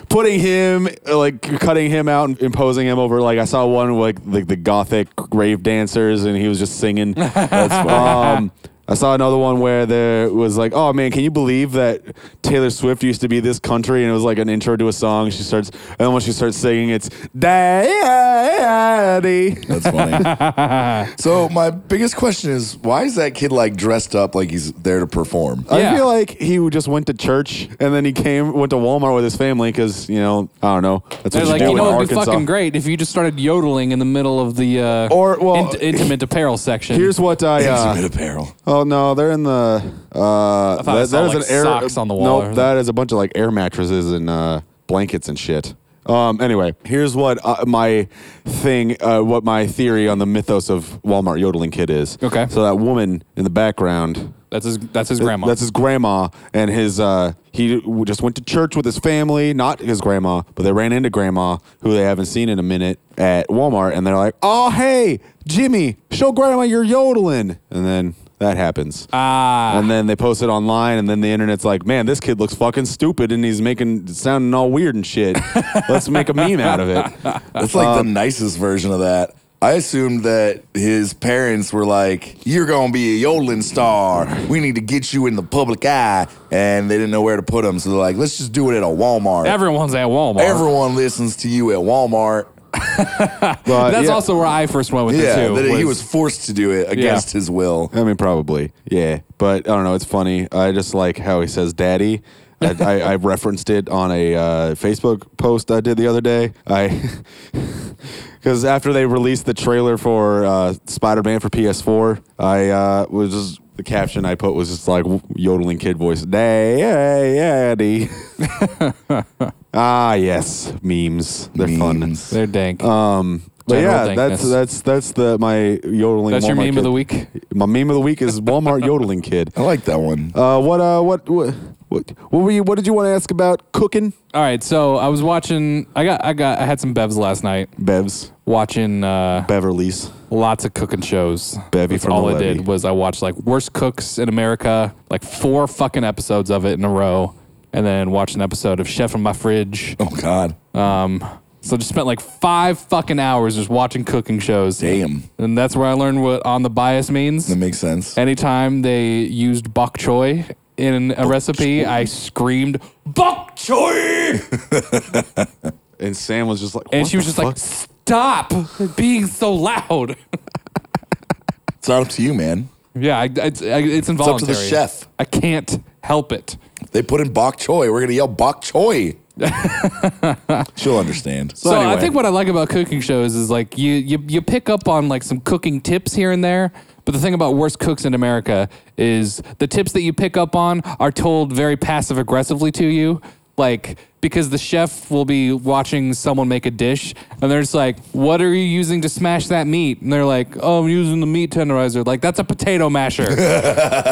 [SPEAKER 2] Putting him, uh, like cutting him out and imposing him over. Like I saw one like like the gothic grave dancers, and he was just singing. um, I saw another one where there was like, oh man, can you believe that Taylor Swift used to be this country? And it was like an intro to a song. She starts, and then when she starts singing, it's daddy.
[SPEAKER 4] That's funny. so my biggest question is, why is that kid like dressed up like he's there to perform?
[SPEAKER 3] Yeah.
[SPEAKER 2] I feel like he just went to church and then he came, went to Walmart with his family because, you know, I don't know. That's
[SPEAKER 3] They're
[SPEAKER 2] what you
[SPEAKER 3] like,
[SPEAKER 2] do
[SPEAKER 3] you
[SPEAKER 2] in
[SPEAKER 3] know, it'd be
[SPEAKER 2] Arkansas.
[SPEAKER 3] fucking great if you just started yodeling in the middle of the uh,
[SPEAKER 2] Or, well,
[SPEAKER 3] int- intimate apparel section.
[SPEAKER 2] Here's what I. Uh,
[SPEAKER 4] Intimate apparel.
[SPEAKER 2] Oh no, they're in the. Uh,
[SPEAKER 3] thought I
[SPEAKER 2] that-
[SPEAKER 3] saw,
[SPEAKER 2] that is
[SPEAKER 3] like,
[SPEAKER 2] an air.
[SPEAKER 3] socks on the wall or
[SPEAKER 2] Nope, that is a bunch of like air mattresses and uh, blankets and shit. Um, anyway, here's what uh, my thing, uh, what my theory on the mythos of Walmart yodeling kid is.
[SPEAKER 3] Okay.
[SPEAKER 2] So that woman in the background,
[SPEAKER 3] that's his. That's his grandma.
[SPEAKER 2] that's his grandma, and his uh, he w- just went to church with his family, not his grandma, but they ran into grandma, who they haven't seen in a minute at Walmart, and they're like, "Oh hey, Jimmy, show grandma you're yodeling," and then that happens.
[SPEAKER 3] ah.
[SPEAKER 2] And then they post it online, and then the internet's like, man, this kid looks fucking stupid, and he's making sounding all weird and shit. Let's make a meme out of it.
[SPEAKER 4] That's like
[SPEAKER 3] Um,
[SPEAKER 4] the nicest version of that. I assumed that his parents were like, "You're gonna be a yodeling star. We need to get you in the public eye," and they didn't know where to put him, so they're like, "Let's just do it at a Walmart.
[SPEAKER 3] Everyone's at Walmart.
[SPEAKER 4] Everyone listens to you at Walmart."
[SPEAKER 2] But,
[SPEAKER 3] That's
[SPEAKER 2] yeah.
[SPEAKER 3] also where I first went with
[SPEAKER 4] Yeah,
[SPEAKER 3] it too.
[SPEAKER 4] that he was forced to do it against his will.
[SPEAKER 2] I mean, probably, yeah. But I don't know. It's funny. I just like how he says "daddy." I, I, I referenced it on a uh, Facebook post I did the other day. I because after they released the trailer for uh, Spider-Man for PS4, I uh, was just the caption I put was just like yodeling kid voice, "Daddy." ah, yes, memes. They're fun.
[SPEAKER 4] Memes.
[SPEAKER 3] They're dank.
[SPEAKER 2] Um, But
[SPEAKER 3] General
[SPEAKER 2] yeah, that's
[SPEAKER 3] dankness.
[SPEAKER 2] that's that's the my yodeling.
[SPEAKER 3] That's your
[SPEAKER 2] Walmart
[SPEAKER 3] meme of the
[SPEAKER 2] kid.
[SPEAKER 3] week.
[SPEAKER 2] My meme of the week is Walmart yodeling kid.
[SPEAKER 4] I like that one.
[SPEAKER 2] Uh, what uh, what what what what were you? What did you want to ask about cooking,
[SPEAKER 3] All right, so I was watching. I got, I got, I had some bevs last night
[SPEAKER 2] Bev's
[SPEAKER 3] watching uh,
[SPEAKER 2] Beverly's?
[SPEAKER 3] lots of cooking shows.
[SPEAKER 2] Bevy
[SPEAKER 3] That's
[SPEAKER 2] from
[SPEAKER 3] all
[SPEAKER 2] the
[SPEAKER 3] I
[SPEAKER 2] levee.
[SPEAKER 3] did was I watched like Worst Cooks in America, like four fucking episodes of it in a row, and then watched an episode of Chef in My Fridge. Um,
[SPEAKER 4] Oh God,
[SPEAKER 3] So just spent like five fucking hours just watching cooking shows.
[SPEAKER 4] damn,
[SPEAKER 3] And that's where I learned what on the bias means.
[SPEAKER 4] that makes sense.
[SPEAKER 3] Anytime they used bok choy in a recipe, I screamed bok choy,
[SPEAKER 2] And Sam was just like,
[SPEAKER 3] and
[SPEAKER 2] "What
[SPEAKER 3] she was
[SPEAKER 2] the
[SPEAKER 3] just
[SPEAKER 2] fuck?"
[SPEAKER 3] like, "Stop being so loud."
[SPEAKER 4] It's not up to you, man.
[SPEAKER 3] yeah, I, it's, I, it's
[SPEAKER 4] It's up to
[SPEAKER 3] involuntary.
[SPEAKER 4] the chef.
[SPEAKER 3] I can't help it.
[SPEAKER 4] They put in bok choy. We're gonna yell bok choy. She'll understand.
[SPEAKER 3] So, I
[SPEAKER 2] anyway.
[SPEAKER 3] think what I like about cooking shows is like you, you you pick up on like some cooking tips here and there. But the thing about worst cooks in America is the tips that you pick up on are told very passive aggressively to you, like because the chef will be watching someone make a dish and they're just like, "What are you using to smash that meat?" And they're like, "Oh, I'm using the meat tenderizer." Like that's a potato masher.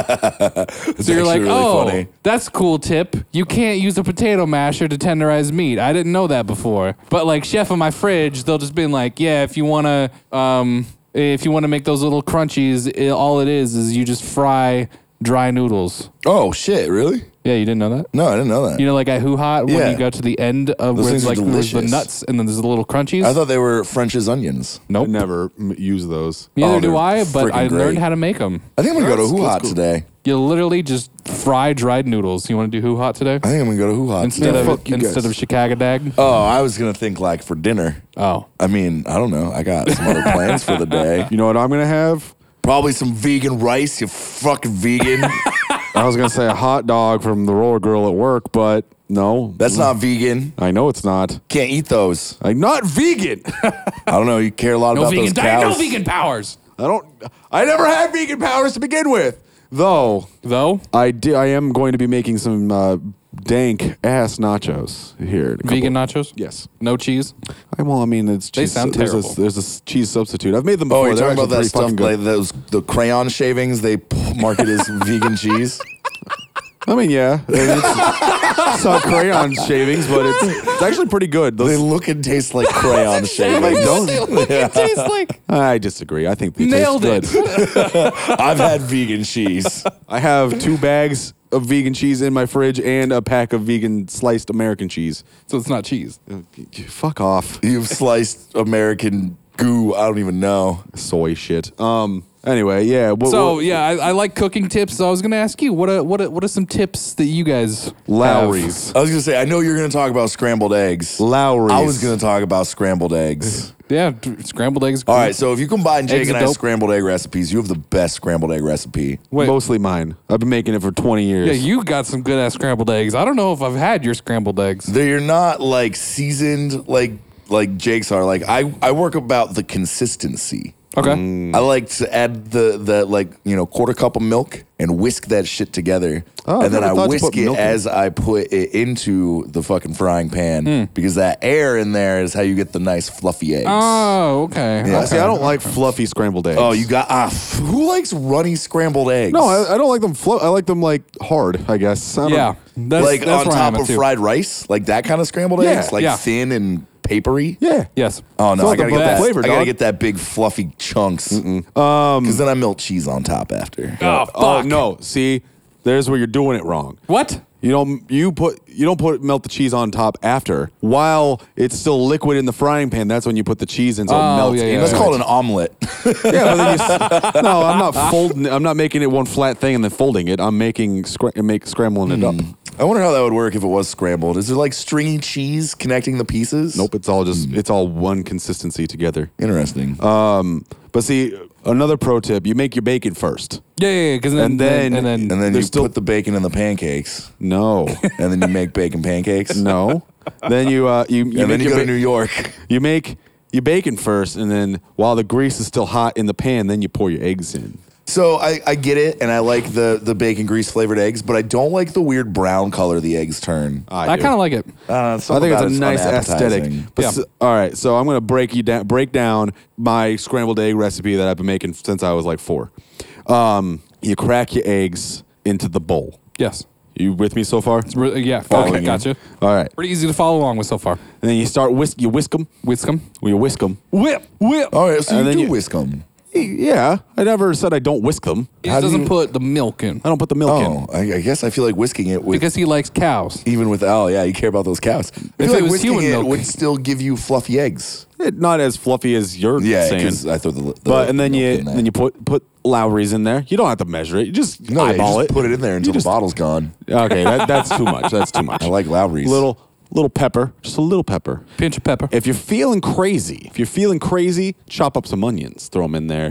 [SPEAKER 4] It's
[SPEAKER 3] So you're like,
[SPEAKER 4] actually
[SPEAKER 3] oh, that's a cool tip. You can't use a potato masher to tenderize meat. I didn't know that before. But like chef in my fridge, they'll just be like, yeah, if you wanna, um, if you wanna make those little crunchies, it, all it is is you just fry dry noodles.
[SPEAKER 4] Oh shit, really?
[SPEAKER 3] Yeah, you didn't know that.
[SPEAKER 4] No, I didn't know that.
[SPEAKER 3] You know, like at Hoo Hot, when
[SPEAKER 4] Yeah.
[SPEAKER 3] you go to the end of where it's
[SPEAKER 4] things are
[SPEAKER 3] like there's the
[SPEAKER 4] delicious.
[SPEAKER 3] nuts and then there's the little crunchies.
[SPEAKER 4] I thought they were French's onions.
[SPEAKER 2] I
[SPEAKER 3] nope.
[SPEAKER 2] never m- use those.
[SPEAKER 3] Neither
[SPEAKER 4] Oh,
[SPEAKER 3] do
[SPEAKER 4] they're
[SPEAKER 3] I, but
[SPEAKER 4] freaking
[SPEAKER 3] I
[SPEAKER 4] great.
[SPEAKER 3] learned how to make them.
[SPEAKER 4] I think I'm gonna go to
[SPEAKER 2] That's
[SPEAKER 4] Hoo
[SPEAKER 2] cool,
[SPEAKER 4] Hot
[SPEAKER 2] that's cool.
[SPEAKER 4] today.
[SPEAKER 3] You literally just fry dried noodles. You want to do Hoo Hot today?
[SPEAKER 4] I think I'm gonna go to Hoo Hot
[SPEAKER 3] Instead
[SPEAKER 4] today.
[SPEAKER 3] of instead of Chicago Dag.
[SPEAKER 4] oh, I was gonna think like for dinner.
[SPEAKER 3] Oh.
[SPEAKER 4] I mean, I don't know. I got some other plans for the day.
[SPEAKER 2] You know what I'm gonna have?
[SPEAKER 4] Probably some vegan rice. You fucking vegan.
[SPEAKER 2] I was gonna say a hot dog from the roller girl at work, but no,
[SPEAKER 4] That's not vegan.
[SPEAKER 2] I know it's not.
[SPEAKER 4] Can't eat those.
[SPEAKER 2] I'm not vegan.
[SPEAKER 4] I don't know. You care a lot
[SPEAKER 3] No
[SPEAKER 4] about
[SPEAKER 3] vegan
[SPEAKER 4] those
[SPEAKER 3] diet, no
[SPEAKER 4] cows.
[SPEAKER 3] vegan powers.
[SPEAKER 2] I don't. I never had vegan powers to begin with, though.
[SPEAKER 3] Though
[SPEAKER 2] I di- I am going to be making some uh, dank ass nachos here. in a couple-
[SPEAKER 3] vegan nachos,
[SPEAKER 2] Yes.
[SPEAKER 3] no cheese.
[SPEAKER 2] I, well, I mean, it's
[SPEAKER 3] They
[SPEAKER 2] cheese.
[SPEAKER 3] sound
[SPEAKER 2] there's
[SPEAKER 3] terrible.
[SPEAKER 2] A, there's a s- cheese substitute. I've made them before.
[SPEAKER 4] Oh, you're
[SPEAKER 2] They're
[SPEAKER 4] talking about that
[SPEAKER 2] actually pretty fucking
[SPEAKER 4] stuff, like
[SPEAKER 2] good.
[SPEAKER 4] those the crayon shavings they p- market as vegan cheese.
[SPEAKER 2] I mean, yeah, I mean, it's, it's not crayon shavings, but it's, it's actually pretty good.
[SPEAKER 4] They
[SPEAKER 2] Those,
[SPEAKER 4] look and taste like crayon
[SPEAKER 2] I
[SPEAKER 4] shavings.
[SPEAKER 2] don't.
[SPEAKER 3] It tastes like
[SPEAKER 2] I disagree. I think they taste
[SPEAKER 3] nailed it.
[SPEAKER 2] good.
[SPEAKER 4] I've had vegan cheese.
[SPEAKER 2] I have two bags of vegan cheese in my fridge and a pack of vegan sliced American cheese.
[SPEAKER 3] so it's not cheese.
[SPEAKER 2] Fuck off.
[SPEAKER 4] You've sliced American goo. I don't even know.
[SPEAKER 2] soy shit. Um. Anyway, yeah. What,
[SPEAKER 3] So
[SPEAKER 2] what-
[SPEAKER 3] yeah, I, I like cooking tips. So I was gonna ask you, what are, what are, what are some tips that you guys? have?
[SPEAKER 2] Lowry's.
[SPEAKER 4] I was gonna say. I know you're gonna talk about scrambled eggs.
[SPEAKER 2] Lowry's.
[SPEAKER 4] I was gonna talk about scrambled eggs.
[SPEAKER 3] Yeah, d- scrambled eggs.
[SPEAKER 4] All right, so if you combine Jake
[SPEAKER 3] Eggs
[SPEAKER 4] and
[SPEAKER 3] are
[SPEAKER 4] I's
[SPEAKER 3] dope.
[SPEAKER 4] scrambled egg recipes, you have the best scrambled egg recipe.
[SPEAKER 3] Wait.
[SPEAKER 2] Mostly mine. I've been making it for 20 years.
[SPEAKER 3] Yeah, you got some good ass scrambled eggs. I don't know if I've had your scrambled eggs.
[SPEAKER 4] They're not like seasoned like like Jake's are. Like I I work about the consistency.
[SPEAKER 3] Okay.
[SPEAKER 4] I like to add the the like you know quarter cup of milk and whisk that shit together,
[SPEAKER 2] Oh, I've
[SPEAKER 4] and then
[SPEAKER 2] never
[SPEAKER 4] I
[SPEAKER 2] thought to
[SPEAKER 4] whisk
[SPEAKER 2] put
[SPEAKER 4] it
[SPEAKER 2] milk in.
[SPEAKER 4] as I put it into the fucking frying pan
[SPEAKER 2] Hmm.
[SPEAKER 4] because that air in there is how you get the nice fluffy eggs.
[SPEAKER 3] Oh, okay.
[SPEAKER 4] Yeah.
[SPEAKER 2] See, I don't like fluffy scrambled eggs.
[SPEAKER 4] oh, you got ah, f- who likes runny scrambled eggs?
[SPEAKER 2] No, I, I don't like them. Flo- I like them like hard. I guess. I don't-
[SPEAKER 3] Yeah, that's,
[SPEAKER 4] like
[SPEAKER 3] that's
[SPEAKER 4] on
[SPEAKER 3] where I'm
[SPEAKER 4] top
[SPEAKER 3] at,
[SPEAKER 4] of
[SPEAKER 3] too.
[SPEAKER 4] fried rice, like that kind of scrambled
[SPEAKER 2] Yeah,
[SPEAKER 4] eggs, like
[SPEAKER 3] yeah.
[SPEAKER 4] thin and papery.
[SPEAKER 2] Yeah.
[SPEAKER 3] Yes.
[SPEAKER 4] Oh no,
[SPEAKER 2] It's
[SPEAKER 4] I
[SPEAKER 2] not
[SPEAKER 4] gotta
[SPEAKER 2] the
[SPEAKER 4] get that.
[SPEAKER 2] flavor,
[SPEAKER 4] I gotta
[SPEAKER 2] dog.
[SPEAKER 4] get that big fluffy chunks. Um, because then I melt cheese on top after.
[SPEAKER 3] Oh, fuck.
[SPEAKER 2] Oh no. See, there's where you're doing it wrong.
[SPEAKER 3] What?
[SPEAKER 2] You don't you put you don't put melt the cheese on top after while it's still liquid in the frying pan. That's when you put the cheese in so
[SPEAKER 3] Oh,
[SPEAKER 2] it melts.
[SPEAKER 3] yeah, yeah,
[SPEAKER 2] in.
[SPEAKER 4] Let's
[SPEAKER 3] yeah.
[SPEAKER 4] call it an omelet.
[SPEAKER 2] Yeah, but then you s- no, I'm not folding. I'm not making it one flat thing and then folding it. I'm making scra- make scrambling it up.
[SPEAKER 4] I wonder how that would work if it was scrambled. Is there like stringy cheese connecting the pieces?
[SPEAKER 2] Nope, it's all just it's all one consistency together.
[SPEAKER 4] Interesting.
[SPEAKER 2] But see, another pro tip: you make your bacon first.
[SPEAKER 3] Yeah, yeah, because then,
[SPEAKER 2] And then-
[SPEAKER 3] and then
[SPEAKER 4] and then you
[SPEAKER 2] there's still-
[SPEAKER 4] put the bacon in the pancakes,
[SPEAKER 2] No,
[SPEAKER 4] and then you make bacon pancakes.
[SPEAKER 2] no. Then you uh, you you make
[SPEAKER 4] and then you
[SPEAKER 2] your
[SPEAKER 4] go to
[SPEAKER 2] ba-
[SPEAKER 4] New York.
[SPEAKER 2] you make your bacon first, and then while the grease is still hot in the pan, then you pour your eggs in.
[SPEAKER 4] So I, I get it, and I like the the bacon grease flavored eggs, but I don't like the weird brown color the eggs turn.
[SPEAKER 3] I kind of like it.
[SPEAKER 4] Uh,
[SPEAKER 2] I
[SPEAKER 4] something
[SPEAKER 2] think
[SPEAKER 4] about
[SPEAKER 2] it's a nice aesthetic.
[SPEAKER 4] unappetizing.
[SPEAKER 2] But
[SPEAKER 3] Yeah.
[SPEAKER 2] s- all right, so I'm gonna break you down, break down my scrambled egg recipe that I've been making since I was like four. Um, you crack your eggs into the bowl.
[SPEAKER 3] Yes.
[SPEAKER 2] You with me so far?
[SPEAKER 3] Re- yeah. Follow,
[SPEAKER 4] Okay.
[SPEAKER 3] Gotcha.
[SPEAKER 2] All right,
[SPEAKER 3] Pretty easy to follow along with so far.
[SPEAKER 2] and then you start whisk. You whisk them.
[SPEAKER 3] Whisk 'em.
[SPEAKER 2] You whisk them.
[SPEAKER 3] Whip. Whip.
[SPEAKER 4] All right, so
[SPEAKER 2] And
[SPEAKER 4] you
[SPEAKER 2] then
[SPEAKER 4] do
[SPEAKER 2] you-
[SPEAKER 4] whisk them.
[SPEAKER 2] Yeah, I never said I don't whisk them.
[SPEAKER 3] He
[SPEAKER 4] How
[SPEAKER 3] just
[SPEAKER 4] do
[SPEAKER 3] doesn't
[SPEAKER 4] you-
[SPEAKER 3] put the milk in
[SPEAKER 2] I don't put the milk
[SPEAKER 4] Oh, I, I guess I feel like whisking it with
[SPEAKER 3] because he likes cows.
[SPEAKER 4] even with Al. Yeah, you care about those cows. I feel
[SPEAKER 3] it
[SPEAKER 4] like
[SPEAKER 3] was
[SPEAKER 4] whisking
[SPEAKER 3] human
[SPEAKER 4] it
[SPEAKER 3] milk.
[SPEAKER 4] would still give you fluffy eggs.
[SPEAKER 2] in. It, Eh, not as fluffy as you're
[SPEAKER 4] Yeah,
[SPEAKER 2] saying.
[SPEAKER 4] because I throw the, the
[SPEAKER 2] But and then
[SPEAKER 4] milk
[SPEAKER 2] you
[SPEAKER 4] in there.
[SPEAKER 2] then you put put Lowry's in there. You don't have to measure it. You just
[SPEAKER 4] no, yeah, you
[SPEAKER 2] eyeball
[SPEAKER 4] just
[SPEAKER 2] it.
[SPEAKER 4] put it in there until the bottle's gone.
[SPEAKER 2] Okay, that, that's too much. That's too much.
[SPEAKER 4] I like Lowry's.
[SPEAKER 2] little little pepper, just a little pepper.
[SPEAKER 3] Pinch of pepper.
[SPEAKER 2] If you're feeling crazy, if you're feeling crazy, chop up some onions, throw them in there.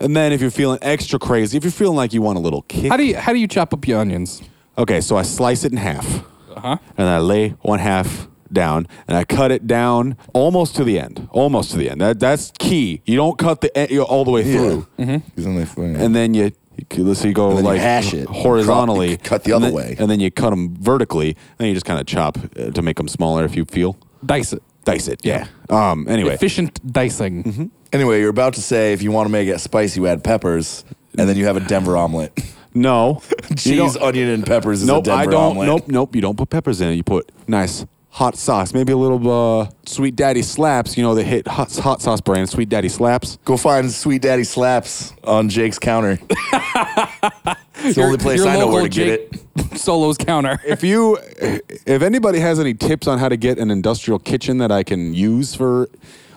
[SPEAKER 2] And then if you're feeling extra crazy, if you're feeling like you want a little kick,
[SPEAKER 3] How do you how do you chop up your onions?
[SPEAKER 2] okay, so I slice it in half,
[SPEAKER 3] Uh-huh.
[SPEAKER 2] and I lay one half down, and I cut it down almost to the end, almost to the end. That that's key. You don't cut the end, you're all the way through,
[SPEAKER 4] Mm-hmm.
[SPEAKER 2] and then you. you c- Let's say you go
[SPEAKER 4] And then you
[SPEAKER 2] like
[SPEAKER 4] hash it.
[SPEAKER 2] horizontally,
[SPEAKER 4] Drop- cut the
[SPEAKER 2] and
[SPEAKER 4] other
[SPEAKER 2] then-
[SPEAKER 4] way.
[SPEAKER 2] and then you cut them vertically. And then you just kind of chop uh, to make them smaller if you feel.
[SPEAKER 3] Dice it.
[SPEAKER 2] Dice it. Yeah. Um. Anyway.
[SPEAKER 3] Efficient dicing.
[SPEAKER 4] Anyway, you're about to say if you want to make it spicy, you add peppers, and then you have a Denver omelet.
[SPEAKER 2] No. You don't-
[SPEAKER 4] Cheese, onion, and peppers is a
[SPEAKER 2] Nope.
[SPEAKER 4] Denver
[SPEAKER 2] I don't.
[SPEAKER 4] omelet.
[SPEAKER 2] Nope. Nope. You don't put peppers in it. You put nice hot sauce. Maybe a little uh, sweet daddy slaps. You know the hit hot hot sauce brand, sweet daddy slaps.
[SPEAKER 4] Go find Sweet Daddy Slaps on Jake's counter. it's the only place I know where to get it.
[SPEAKER 3] it. Solo's counter.
[SPEAKER 2] If you, if anybody has any tips on how to get an industrial kitchen that I can use for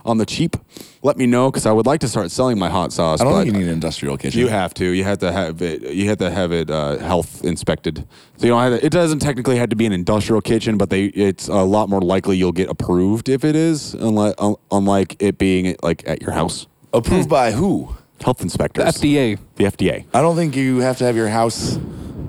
[SPEAKER 2] on the cheap, let me know because I would like to start selling my hot sauce.
[SPEAKER 4] I don't
[SPEAKER 2] but
[SPEAKER 4] think you need an industrial kitchen.
[SPEAKER 2] You have to. You have to have it. You have to have it uh, health inspected. So you don't have to, It doesn't technically have to be an industrial kitchen, but they. It's a lot more likely you'll get approved if it is, unlike un- unlike it being like at your house.
[SPEAKER 4] Approved
[SPEAKER 2] Hmm.
[SPEAKER 4] by who?
[SPEAKER 2] Health inspectors.
[SPEAKER 3] FDA.
[SPEAKER 2] The FDA.
[SPEAKER 4] I don't think you have to have your house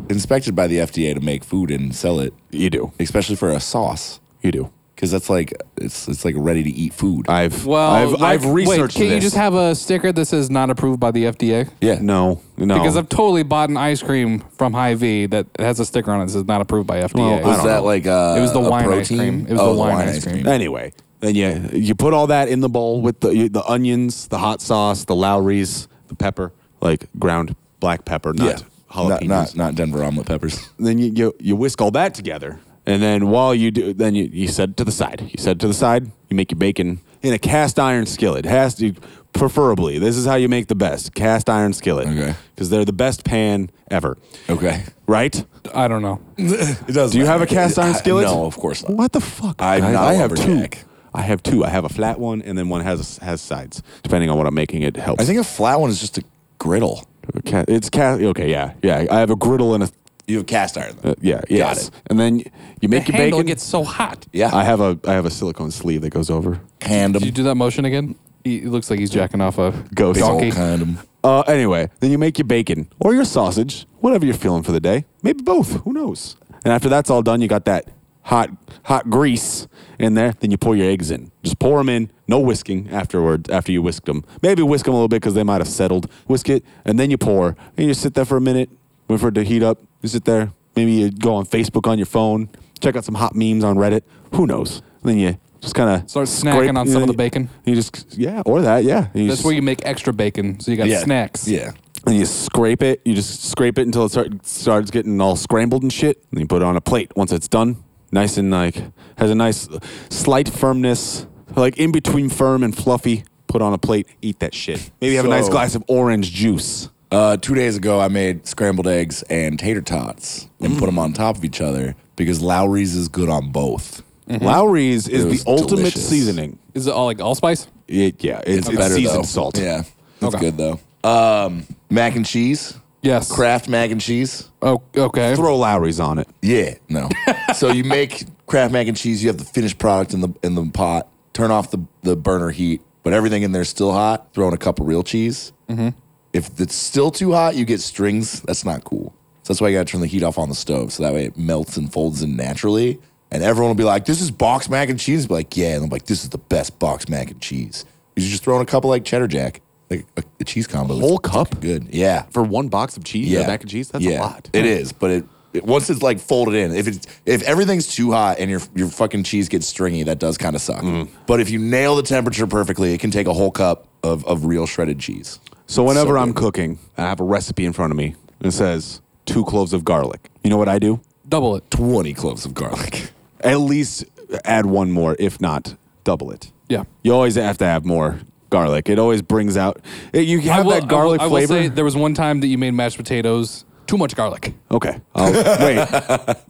[SPEAKER 4] inspected by the FDA to make food and sell it,
[SPEAKER 2] You do.
[SPEAKER 4] especially for a sauce,
[SPEAKER 2] You do.
[SPEAKER 4] because that's like it's it's like ready to eat food.
[SPEAKER 2] I've.
[SPEAKER 3] Well,
[SPEAKER 2] I've,
[SPEAKER 3] like-
[SPEAKER 2] I've
[SPEAKER 3] wait,
[SPEAKER 2] researched
[SPEAKER 3] Can't you
[SPEAKER 2] this.
[SPEAKER 3] just have a sticker that says not approved by the FDA?
[SPEAKER 4] yeah,
[SPEAKER 2] no, no.
[SPEAKER 3] Because I've totally bought an ice cream from Hy-Vee that has a sticker on it that says not approved by FDA.
[SPEAKER 2] Well, I
[SPEAKER 4] was
[SPEAKER 2] don't
[SPEAKER 4] that
[SPEAKER 2] know.
[SPEAKER 4] like uh,
[SPEAKER 3] It was the
[SPEAKER 4] a
[SPEAKER 3] wine ice
[SPEAKER 4] protein?
[SPEAKER 3] cream. It was the wine ice cream.
[SPEAKER 2] Anyway, then you you put all that in the bowl with the the onions, the hot sauce, the Lowry's, the pepper, like ground black pepper,
[SPEAKER 4] Yeah,
[SPEAKER 2] not
[SPEAKER 4] not,
[SPEAKER 2] jalapenos.
[SPEAKER 4] not not Denver omelet peppers.
[SPEAKER 2] then you, you you whisk all that together, and then while you do, then you, you set it to the side. You set it to the side. You make your bacon in a cast iron skillet. Has to preferably. This is how you make the best cast iron skillet.
[SPEAKER 4] Okay.
[SPEAKER 2] because they're the best pan ever.
[SPEAKER 4] Okay,
[SPEAKER 2] Right?
[SPEAKER 3] I don't know.
[SPEAKER 4] it does.
[SPEAKER 2] Do you have a cast iron skillet?
[SPEAKER 4] No, of course not.
[SPEAKER 2] What the fuck?
[SPEAKER 4] I'm
[SPEAKER 2] guys?
[SPEAKER 4] not
[SPEAKER 2] I
[SPEAKER 4] a
[SPEAKER 2] have two.
[SPEAKER 4] lumberjack.
[SPEAKER 2] I have two. I have a flat one, and then one has has sides. Depending on what I'm making, it helps.
[SPEAKER 4] I think a flat one is just a griddle.
[SPEAKER 2] Ca- it's cast. Okay, yeah, yeah. I have a griddle and a
[SPEAKER 4] You have cast iron.
[SPEAKER 2] uh, yeah, yes.
[SPEAKER 4] it.
[SPEAKER 2] And then you
[SPEAKER 3] The
[SPEAKER 2] make your
[SPEAKER 3] handle
[SPEAKER 2] bacon.
[SPEAKER 3] gets so hot.
[SPEAKER 4] yeah,
[SPEAKER 2] I have a I have a silicone sleeve that goes over.
[SPEAKER 3] Did you
[SPEAKER 4] condom.
[SPEAKER 3] do that motion again? He it looks like he's jacking off a
[SPEAKER 2] Ghost.
[SPEAKER 4] Big old
[SPEAKER 3] donkey.
[SPEAKER 4] condom.
[SPEAKER 2] Uh, anyway, then you make your bacon or your sausage, whatever you're feeling for the day. Maybe both. Who knows? And after that's all done, you got that hot hot grease in there. Then you pour your eggs in. Just pour them in. No whisking afterwards. After you whisk them, maybe whisk them a little bit because they might have settled. Whisk it, and then you pour. And you sit there for a minute, wait for it to heat up. You sit there. Maybe you go on Facebook on your phone, check out some hot memes on Reddit. Who knows? then you just kind of
[SPEAKER 3] Start snacking on some of the bacon?
[SPEAKER 2] You just yeah, or that yeah. You
[SPEAKER 3] That's
[SPEAKER 2] just-
[SPEAKER 3] where you make extra bacon, so you got
[SPEAKER 4] Yeah.
[SPEAKER 3] snacks.
[SPEAKER 4] Yeah.
[SPEAKER 2] and you scrape it. You just scrape it until it start, starts getting all scrambled and shit. And you put it on a plate. Once it's done, nice and like has a nice slight firmness, like in between firm and fluffy. Put on a plate. Eat that shit. Maybe have a nice
[SPEAKER 4] So-
[SPEAKER 2] glass of orange juice.
[SPEAKER 4] Uh, two days ago, I made scrambled eggs and tater tots and put 'em put them on top of each other because Lowry's is good on both.
[SPEAKER 2] Mm-hmm. Lowry's
[SPEAKER 4] It
[SPEAKER 2] is
[SPEAKER 4] was
[SPEAKER 2] the ultimate
[SPEAKER 4] delicious.
[SPEAKER 2] seasoning.
[SPEAKER 3] Is it all like allspice?
[SPEAKER 2] It, yeah, it's, it's
[SPEAKER 4] better
[SPEAKER 2] seasoned
[SPEAKER 4] though.
[SPEAKER 2] salt.
[SPEAKER 4] Yeah, that's
[SPEAKER 3] Okay.
[SPEAKER 4] good though. Um, mac and cheese,
[SPEAKER 3] Yes.
[SPEAKER 4] Kraft mac and cheese.
[SPEAKER 3] Oh, okay.
[SPEAKER 2] Throw Lowry's on it.
[SPEAKER 4] Yeah, no. so you make Kraft mac and cheese. You have the finished product in the in the pot. Turn off the the burner heat, but everything in there's still hot. Throw in a cup of real cheese. Mm-hmm. If it's still too hot, you get strings. That's not cool. So that's why you got to turn the heat off on the stove, so that way it melts and folds in naturally. And everyone will be like, "This is box mac and cheese." Be like, "Yeah," and I'm like, "This is the best box mac and cheese." You just throw in a couple like cheddar jack. like a, a cheese combo.
[SPEAKER 2] Whole
[SPEAKER 4] It's
[SPEAKER 2] cup?
[SPEAKER 4] fucking Good. Yeah.
[SPEAKER 2] for one box of cheese or mac and cheese. That's
[SPEAKER 4] Yeah.
[SPEAKER 2] a lot.
[SPEAKER 4] It is, but it, it- once it's like folded in, if it's if everything's too hot and your your fucking cheese gets stringy, that does kind of suck.
[SPEAKER 2] Mm-hmm.
[SPEAKER 4] But if you nail the temperature perfectly, it can take a whole cup of of real shredded cheese.
[SPEAKER 2] So whenever
[SPEAKER 4] So
[SPEAKER 2] I'm
[SPEAKER 4] good.
[SPEAKER 2] cooking, I have a recipe in front of me. It says two cloves of garlic. You know what I do?
[SPEAKER 3] Double it.
[SPEAKER 4] Twenty cloves of garlic.
[SPEAKER 2] At least add one more, if not double it.
[SPEAKER 3] Yeah.
[SPEAKER 2] You always have to have more garlic. It always brings out. it- You have that garlic
[SPEAKER 3] I will,
[SPEAKER 2] flavor.
[SPEAKER 3] I will say there was one time that you made mashed potatoes, too much garlic,
[SPEAKER 2] okay. i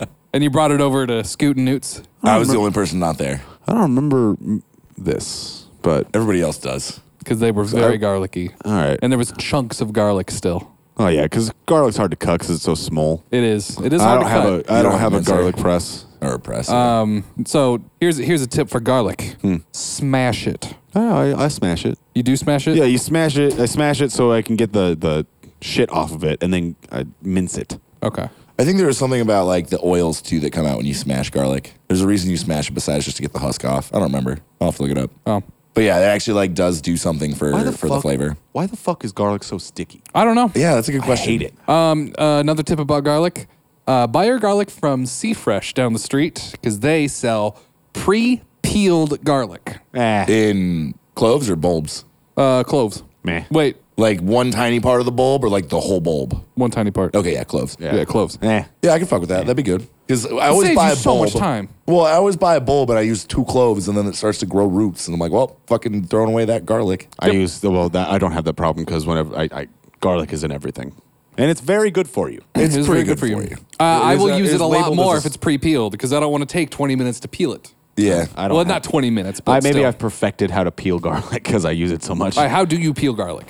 [SPEAKER 2] wait.
[SPEAKER 3] and you brought it over to Scoot and Newt's.
[SPEAKER 4] I was the only person not there.
[SPEAKER 2] I don't remember mm, this, but
[SPEAKER 4] Everybody else does.
[SPEAKER 3] because they were very garlicky.
[SPEAKER 2] Oh. all right.
[SPEAKER 3] and there was chunks of garlic still.
[SPEAKER 2] oh yeah, because garlic's hard to cut because it's so small.
[SPEAKER 3] It is. It is
[SPEAKER 2] I
[SPEAKER 3] hard
[SPEAKER 2] don't
[SPEAKER 3] to cut.
[SPEAKER 2] have a. I
[SPEAKER 4] You
[SPEAKER 2] don't
[SPEAKER 4] don't
[SPEAKER 2] have a
[SPEAKER 4] have a
[SPEAKER 2] garlic
[SPEAKER 4] mixer.
[SPEAKER 2] press.
[SPEAKER 4] Or press.
[SPEAKER 2] Uh,
[SPEAKER 3] Um, so here's here's a tip for garlic.
[SPEAKER 2] Hmm.
[SPEAKER 3] Smash it.
[SPEAKER 2] Oh, I, I, I smash it.
[SPEAKER 3] You do smash it.
[SPEAKER 2] Yeah, you smash it. I smash it so I can get the the shit off of it, and then I mince it.
[SPEAKER 3] Okay.
[SPEAKER 4] I think there was something about like the oils too that come out when you smash garlic. There's a reason you smash it besides just to get the husk off. I don't remember. I'll have to look it up.
[SPEAKER 3] Oh,
[SPEAKER 4] But yeah, it actually like does do something for for the
[SPEAKER 2] fuck-
[SPEAKER 4] flavor.
[SPEAKER 2] Why the fuck is garlic so sticky?
[SPEAKER 3] I don't know.
[SPEAKER 4] Yeah, that's a good question.
[SPEAKER 2] I hate it.
[SPEAKER 3] Um, uh, another tip about garlic. Uh, buy your garlic from Seafresh down the street because they sell pre-peeled garlic.
[SPEAKER 2] Ah.
[SPEAKER 4] In cloves or bulbs?
[SPEAKER 3] Uh, cloves.
[SPEAKER 2] Meh.
[SPEAKER 3] Wait,
[SPEAKER 4] Like one tiny part of the bulb or like the whole bulb?
[SPEAKER 3] one tiny part.
[SPEAKER 4] Okay, yeah, cloves.
[SPEAKER 3] Yeah, cloves.
[SPEAKER 2] Eh.
[SPEAKER 4] Yeah, I can fuck with that. That'd be good. Because I always
[SPEAKER 3] saves
[SPEAKER 4] buy
[SPEAKER 3] you
[SPEAKER 4] a
[SPEAKER 3] so
[SPEAKER 4] bulb.
[SPEAKER 3] much time.
[SPEAKER 4] Well, I always buy a bulb and I use two cloves and then it starts to grow roots and I'm like, well, fucking throwing away that garlic.
[SPEAKER 2] I use well. That I don't have that problem because whenever I, I garlic is in everything, and it's very good for you.
[SPEAKER 4] It's
[SPEAKER 3] It's very
[SPEAKER 4] pretty good, for you.
[SPEAKER 3] Uh, I
[SPEAKER 2] is,
[SPEAKER 3] will
[SPEAKER 2] uh,
[SPEAKER 3] use
[SPEAKER 2] it
[SPEAKER 3] it
[SPEAKER 2] is
[SPEAKER 3] a lot
[SPEAKER 2] labeled
[SPEAKER 3] more
[SPEAKER 2] as
[SPEAKER 3] if
[SPEAKER 2] a-
[SPEAKER 3] it's pre-peeled because I don't want to take 20 minutes to peel it.
[SPEAKER 4] Yeah.
[SPEAKER 2] I don't.
[SPEAKER 3] well,
[SPEAKER 2] have-
[SPEAKER 3] not 20 minutes, but
[SPEAKER 2] I maybe
[SPEAKER 3] still.
[SPEAKER 2] I've perfected how to peel garlic because I use it so much.
[SPEAKER 3] All right, how do you peel garlic?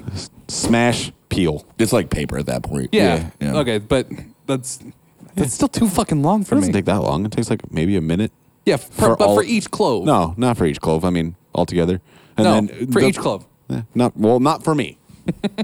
[SPEAKER 2] Smash, peel.
[SPEAKER 4] It's like paper at that point.
[SPEAKER 3] Yeah.
[SPEAKER 4] Yeah.
[SPEAKER 3] Okay, but that's that's still too fucking long for
[SPEAKER 2] It
[SPEAKER 3] me.
[SPEAKER 2] doesn't take that long. It takes like maybe a minute.
[SPEAKER 3] yeah, f-
[SPEAKER 2] for
[SPEAKER 3] but
[SPEAKER 2] all-
[SPEAKER 3] for each clove.
[SPEAKER 2] No, not for each clove. I mean, altogether. And
[SPEAKER 3] No,
[SPEAKER 2] then
[SPEAKER 3] for
[SPEAKER 2] the-
[SPEAKER 3] each clove.
[SPEAKER 2] Eh, Not well, not for me,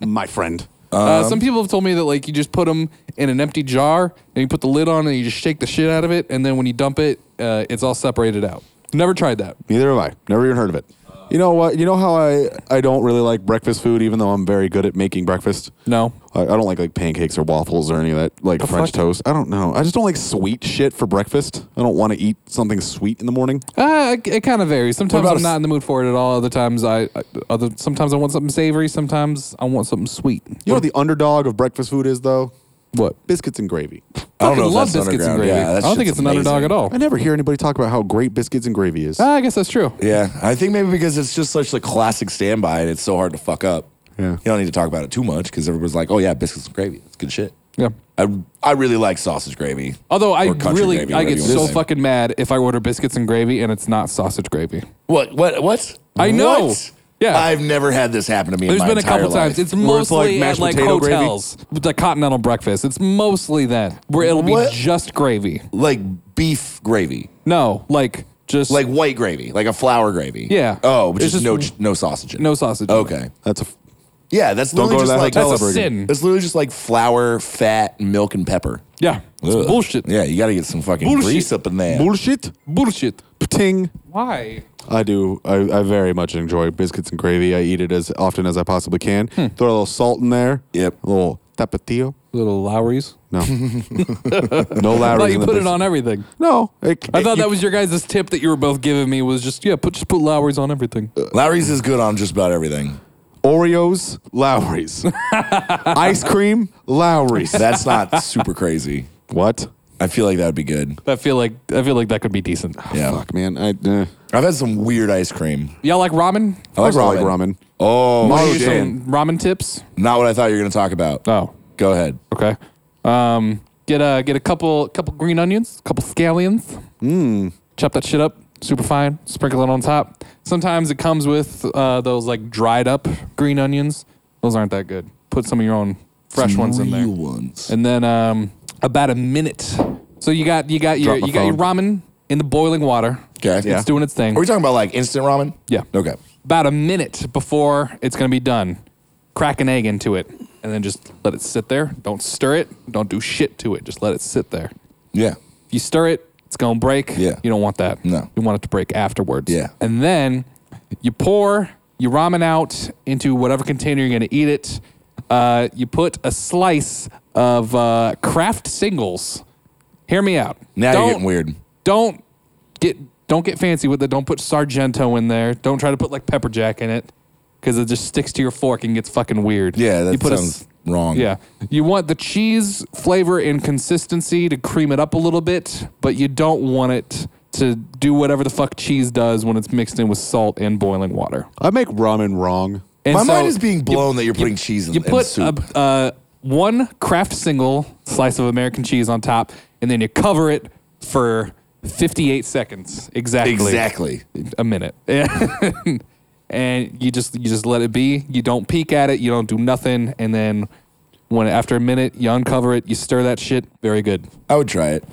[SPEAKER 2] my friend.
[SPEAKER 3] Uh, some people have told me that like you just put them in an empty jar and you put the lid on and you just shake the shit out of it and then when you dump it, uh, it's all separated out. Never tried that.
[SPEAKER 2] Neither have I. Never even heard of it. You know what? You know how I I don't really like breakfast food, even though I'm very good at making breakfast.
[SPEAKER 3] No.
[SPEAKER 2] I, I don't like like pancakes or waffles or any of that like French
[SPEAKER 3] fuck?
[SPEAKER 2] toast. I don't know. I just don't like sweet shit for breakfast. I don't want to eat something sweet in the morning.
[SPEAKER 3] Uh, it, it kind of varies. Sometimes
[SPEAKER 4] about
[SPEAKER 3] I'm
[SPEAKER 4] a s-
[SPEAKER 3] not in the mood for it at all. Other times I, I other sometimes I want something savory. Sometimes I want something sweet.
[SPEAKER 2] You know what the underdog of breakfast food is though?
[SPEAKER 3] What?
[SPEAKER 2] Biscuits and gravy.
[SPEAKER 4] I don't
[SPEAKER 3] Fucking
[SPEAKER 4] know if
[SPEAKER 3] love
[SPEAKER 4] that's
[SPEAKER 3] biscuits and
[SPEAKER 4] underground.
[SPEAKER 3] gravy.
[SPEAKER 4] Yeah, that
[SPEAKER 3] I don't think
[SPEAKER 4] shit's
[SPEAKER 3] it's an underdog
[SPEAKER 4] amazing.
[SPEAKER 3] at all.
[SPEAKER 2] I never hear anybody talk about how great biscuits and gravy is.
[SPEAKER 3] Uh, I guess that's true.
[SPEAKER 4] Yeah, I think maybe because it's just such a classic standby and it's so hard to fuck up.
[SPEAKER 2] Yeah.
[SPEAKER 4] You don't need to talk about it too much because everybody's like, oh, yeah, biscuits and gravy. That's good shit.
[SPEAKER 3] Yeah.
[SPEAKER 4] I, I really like sausage gravy.
[SPEAKER 3] Although I
[SPEAKER 4] Or country
[SPEAKER 3] really
[SPEAKER 4] gravy,
[SPEAKER 3] I
[SPEAKER 4] whatever
[SPEAKER 3] get
[SPEAKER 4] you wanna
[SPEAKER 3] so
[SPEAKER 4] say.
[SPEAKER 3] fucking mad if I order biscuits and gravy and it's not sausage gravy.
[SPEAKER 4] What? What? What?
[SPEAKER 3] I know.
[SPEAKER 4] What?
[SPEAKER 3] Yeah.
[SPEAKER 4] I've never had this happen to me
[SPEAKER 3] There's
[SPEAKER 4] in my
[SPEAKER 3] been a
[SPEAKER 4] entire
[SPEAKER 3] couple
[SPEAKER 4] life.
[SPEAKER 3] times. It's
[SPEAKER 2] Where it's like
[SPEAKER 3] mostly
[SPEAKER 2] mashed
[SPEAKER 3] at like
[SPEAKER 2] potato gravy?
[SPEAKER 3] hotels, with the continental breakfast. It's mostly that where it'll
[SPEAKER 4] What?
[SPEAKER 3] be just gravy.
[SPEAKER 4] like beef gravy,
[SPEAKER 3] No, like just
[SPEAKER 4] like white gravy, like a flour gravy.
[SPEAKER 3] Yeah.
[SPEAKER 4] Oh, but
[SPEAKER 3] It's just-
[SPEAKER 4] just, no ch- no sausage. In it.
[SPEAKER 3] no sausage.
[SPEAKER 4] Okay.
[SPEAKER 2] That's a f-
[SPEAKER 4] Yeah, that's
[SPEAKER 2] Don't
[SPEAKER 4] literally
[SPEAKER 2] go to
[SPEAKER 4] just
[SPEAKER 2] that
[SPEAKER 4] like
[SPEAKER 2] hotel
[SPEAKER 4] that's,
[SPEAKER 3] That's a burger. sin.
[SPEAKER 4] that's literally just like flour, fat, milk, and pepper.
[SPEAKER 3] Yeah, it's
[SPEAKER 4] Ugh.
[SPEAKER 3] bullshit.
[SPEAKER 4] Yeah, you got to get some fucking
[SPEAKER 3] Bullshit.
[SPEAKER 4] grease up in there.
[SPEAKER 2] bullshit.
[SPEAKER 3] Bullshit.
[SPEAKER 2] Pting.
[SPEAKER 3] Why?
[SPEAKER 2] I do. I, I very much enjoy biscuits and gravy. I eat it as often as I possibly can. Throw a little salt in there.
[SPEAKER 4] Yep.
[SPEAKER 2] A little tapatio.
[SPEAKER 3] Little Lowry's.
[SPEAKER 2] No. no
[SPEAKER 3] I thought
[SPEAKER 2] Lowry's.
[SPEAKER 3] you
[SPEAKER 2] in the
[SPEAKER 3] put it
[SPEAKER 2] biscuit.
[SPEAKER 3] on everything.
[SPEAKER 2] No. It-
[SPEAKER 3] I thought
[SPEAKER 2] you-
[SPEAKER 3] that was your guys' tip that you were both giving me was just yeah, put just put Lowry's on everything.
[SPEAKER 4] Lowry's is good on just about everything.
[SPEAKER 2] Oreos, Lowry's. Ice cream, Lowry's.
[SPEAKER 4] That's not super crazy.
[SPEAKER 2] What?
[SPEAKER 4] I feel like that would be good.
[SPEAKER 3] I feel like I feel like that could be decent.
[SPEAKER 4] Yeah.
[SPEAKER 2] Fuck, man. I, uh,
[SPEAKER 4] I've had some weird ice cream.
[SPEAKER 3] Y'all like ramen?
[SPEAKER 4] I like
[SPEAKER 2] also
[SPEAKER 4] ramen.
[SPEAKER 2] ramen.
[SPEAKER 4] Oh,
[SPEAKER 2] Mario
[SPEAKER 4] shit.
[SPEAKER 2] Dan.
[SPEAKER 3] Some ramen tips?
[SPEAKER 4] Not what I thought you were going to talk about.
[SPEAKER 3] Oh,
[SPEAKER 4] Go ahead.
[SPEAKER 3] okay. Um, get a get a couple couple green onions, couple scallions. Chop that shit up, super fine. Sprinkle it on top. Sometimes it comes with uh, those like dried up green onions. Those aren't that good. Put some of your own fresh ones in there.
[SPEAKER 4] Real ones.
[SPEAKER 3] and then um, about a minute. So you got you got your
[SPEAKER 2] Drop my
[SPEAKER 3] you got your ramen in the boiling water.
[SPEAKER 4] Okay.
[SPEAKER 2] Yeah.
[SPEAKER 3] It's doing its thing.
[SPEAKER 4] Are we talking about like instant ramen?
[SPEAKER 3] Yeah.
[SPEAKER 4] Okay.
[SPEAKER 3] About a minute before it's gonna be done, crack an egg into it, and then just let it sit there. Don't stir it. Don't do shit to it. Just let it sit there.
[SPEAKER 4] Yeah.
[SPEAKER 3] If you stir it, it's gonna break.
[SPEAKER 4] Yeah.
[SPEAKER 3] You don't want that.
[SPEAKER 4] No.
[SPEAKER 3] You want it to break afterwards.
[SPEAKER 4] Yeah.
[SPEAKER 3] And then you pour You ramen out into whatever container you're going to eat it. Uh, you put a slice of uh, craft singles. Hear me out.
[SPEAKER 4] Now
[SPEAKER 3] Don't-
[SPEAKER 4] you're getting weird.
[SPEAKER 3] Don't get don't get fancy with it. Don't put Sargento in there. Don't try to put like pepper jack in it because it just sticks to your fork and gets fucking weird.
[SPEAKER 4] Yeah, that
[SPEAKER 3] you put a
[SPEAKER 4] sounds
[SPEAKER 3] s-
[SPEAKER 4] wrong.
[SPEAKER 3] yeah. You want the cheese flavor and consistency to cream it up a little bit, but you don't want it to do whatever the fuck cheese does when it's mixed in with salt and boiling water.
[SPEAKER 2] I make ramen wrong.
[SPEAKER 3] And
[SPEAKER 4] My
[SPEAKER 3] so
[SPEAKER 4] mind is being blown that you're putting cheese in
[SPEAKER 3] you
[SPEAKER 4] in
[SPEAKER 3] put
[SPEAKER 4] soup.
[SPEAKER 3] a, uh, one craft single slice of American cheese on top, and then you cover it for 58 seconds exactly.
[SPEAKER 4] exactly.
[SPEAKER 3] A minute. and you just you just let it be. You don't peek at it. You don't do nothing. And then when after a minute you uncover it, you stir that shit. Very good.
[SPEAKER 4] I would try it.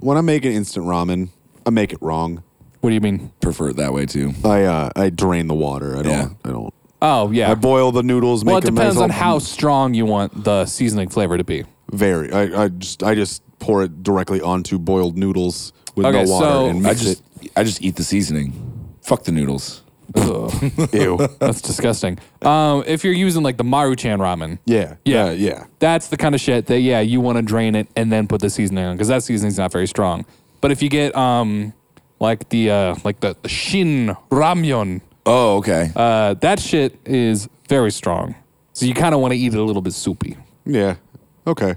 [SPEAKER 2] When I make an instant ramen, I make it wrong.
[SPEAKER 3] What do you mean?
[SPEAKER 4] Prefer it that way too.
[SPEAKER 2] I uh, I drain the water. I don't.
[SPEAKER 4] Yeah.
[SPEAKER 2] I don't.
[SPEAKER 3] Oh yeah.
[SPEAKER 2] I boil the noodles.
[SPEAKER 3] well, it
[SPEAKER 2] make them nice
[SPEAKER 3] depends on
[SPEAKER 2] little-
[SPEAKER 3] how strong you want the seasoning flavor to be.
[SPEAKER 2] Very. I, I just I just pour it directly onto boiled noodles with
[SPEAKER 3] Okay,
[SPEAKER 2] no water
[SPEAKER 3] so-
[SPEAKER 2] and
[SPEAKER 4] I
[SPEAKER 2] mix
[SPEAKER 4] just I just eat the seasoning. Fuck the noodles.
[SPEAKER 3] Ugh.
[SPEAKER 2] it. Ew.
[SPEAKER 3] That's disgusting. Um, if you're using like the Maruchan ramen,
[SPEAKER 2] yeah.
[SPEAKER 3] Yeah.
[SPEAKER 2] Yeah. Yeah.
[SPEAKER 3] that's the kind of shit that yeah you want to drain it and then put the seasoning on because that seasoning's not very strong. But if you get um like the uh like the shin ramyon,
[SPEAKER 4] Oh, okay.
[SPEAKER 3] uh that shit is very strong. So you kind of want to eat it a little bit soupy.
[SPEAKER 2] Yeah. Okay.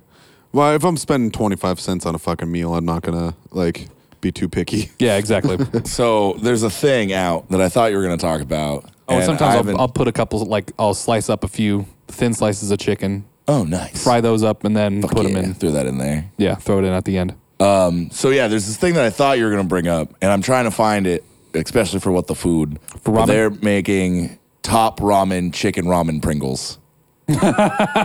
[SPEAKER 2] Well, if I'm spending 25 cents on a fucking meal, I'm not gonna like be too picky.
[SPEAKER 3] Yeah, exactly. oh,
[SPEAKER 4] so there's a thing out that I thought you were going to talk about.
[SPEAKER 3] and
[SPEAKER 4] and I
[SPEAKER 3] sometimes
[SPEAKER 4] haven't-
[SPEAKER 3] I'll, I'll put a couple like I'll slice up a few thin slices of chicken,
[SPEAKER 4] oh, nice.
[SPEAKER 3] fry those up, and then put
[SPEAKER 4] yeah,
[SPEAKER 3] them in.
[SPEAKER 4] Threw that in there.
[SPEAKER 3] Yeah, throw it in at the end.
[SPEAKER 4] So yeah, there's this thing that I thought you were gonna bring up, and I'm trying to find it, especially for what the food.
[SPEAKER 3] For
[SPEAKER 4] But
[SPEAKER 3] ramen?
[SPEAKER 4] They're making top ramen chicken ramen Pringles.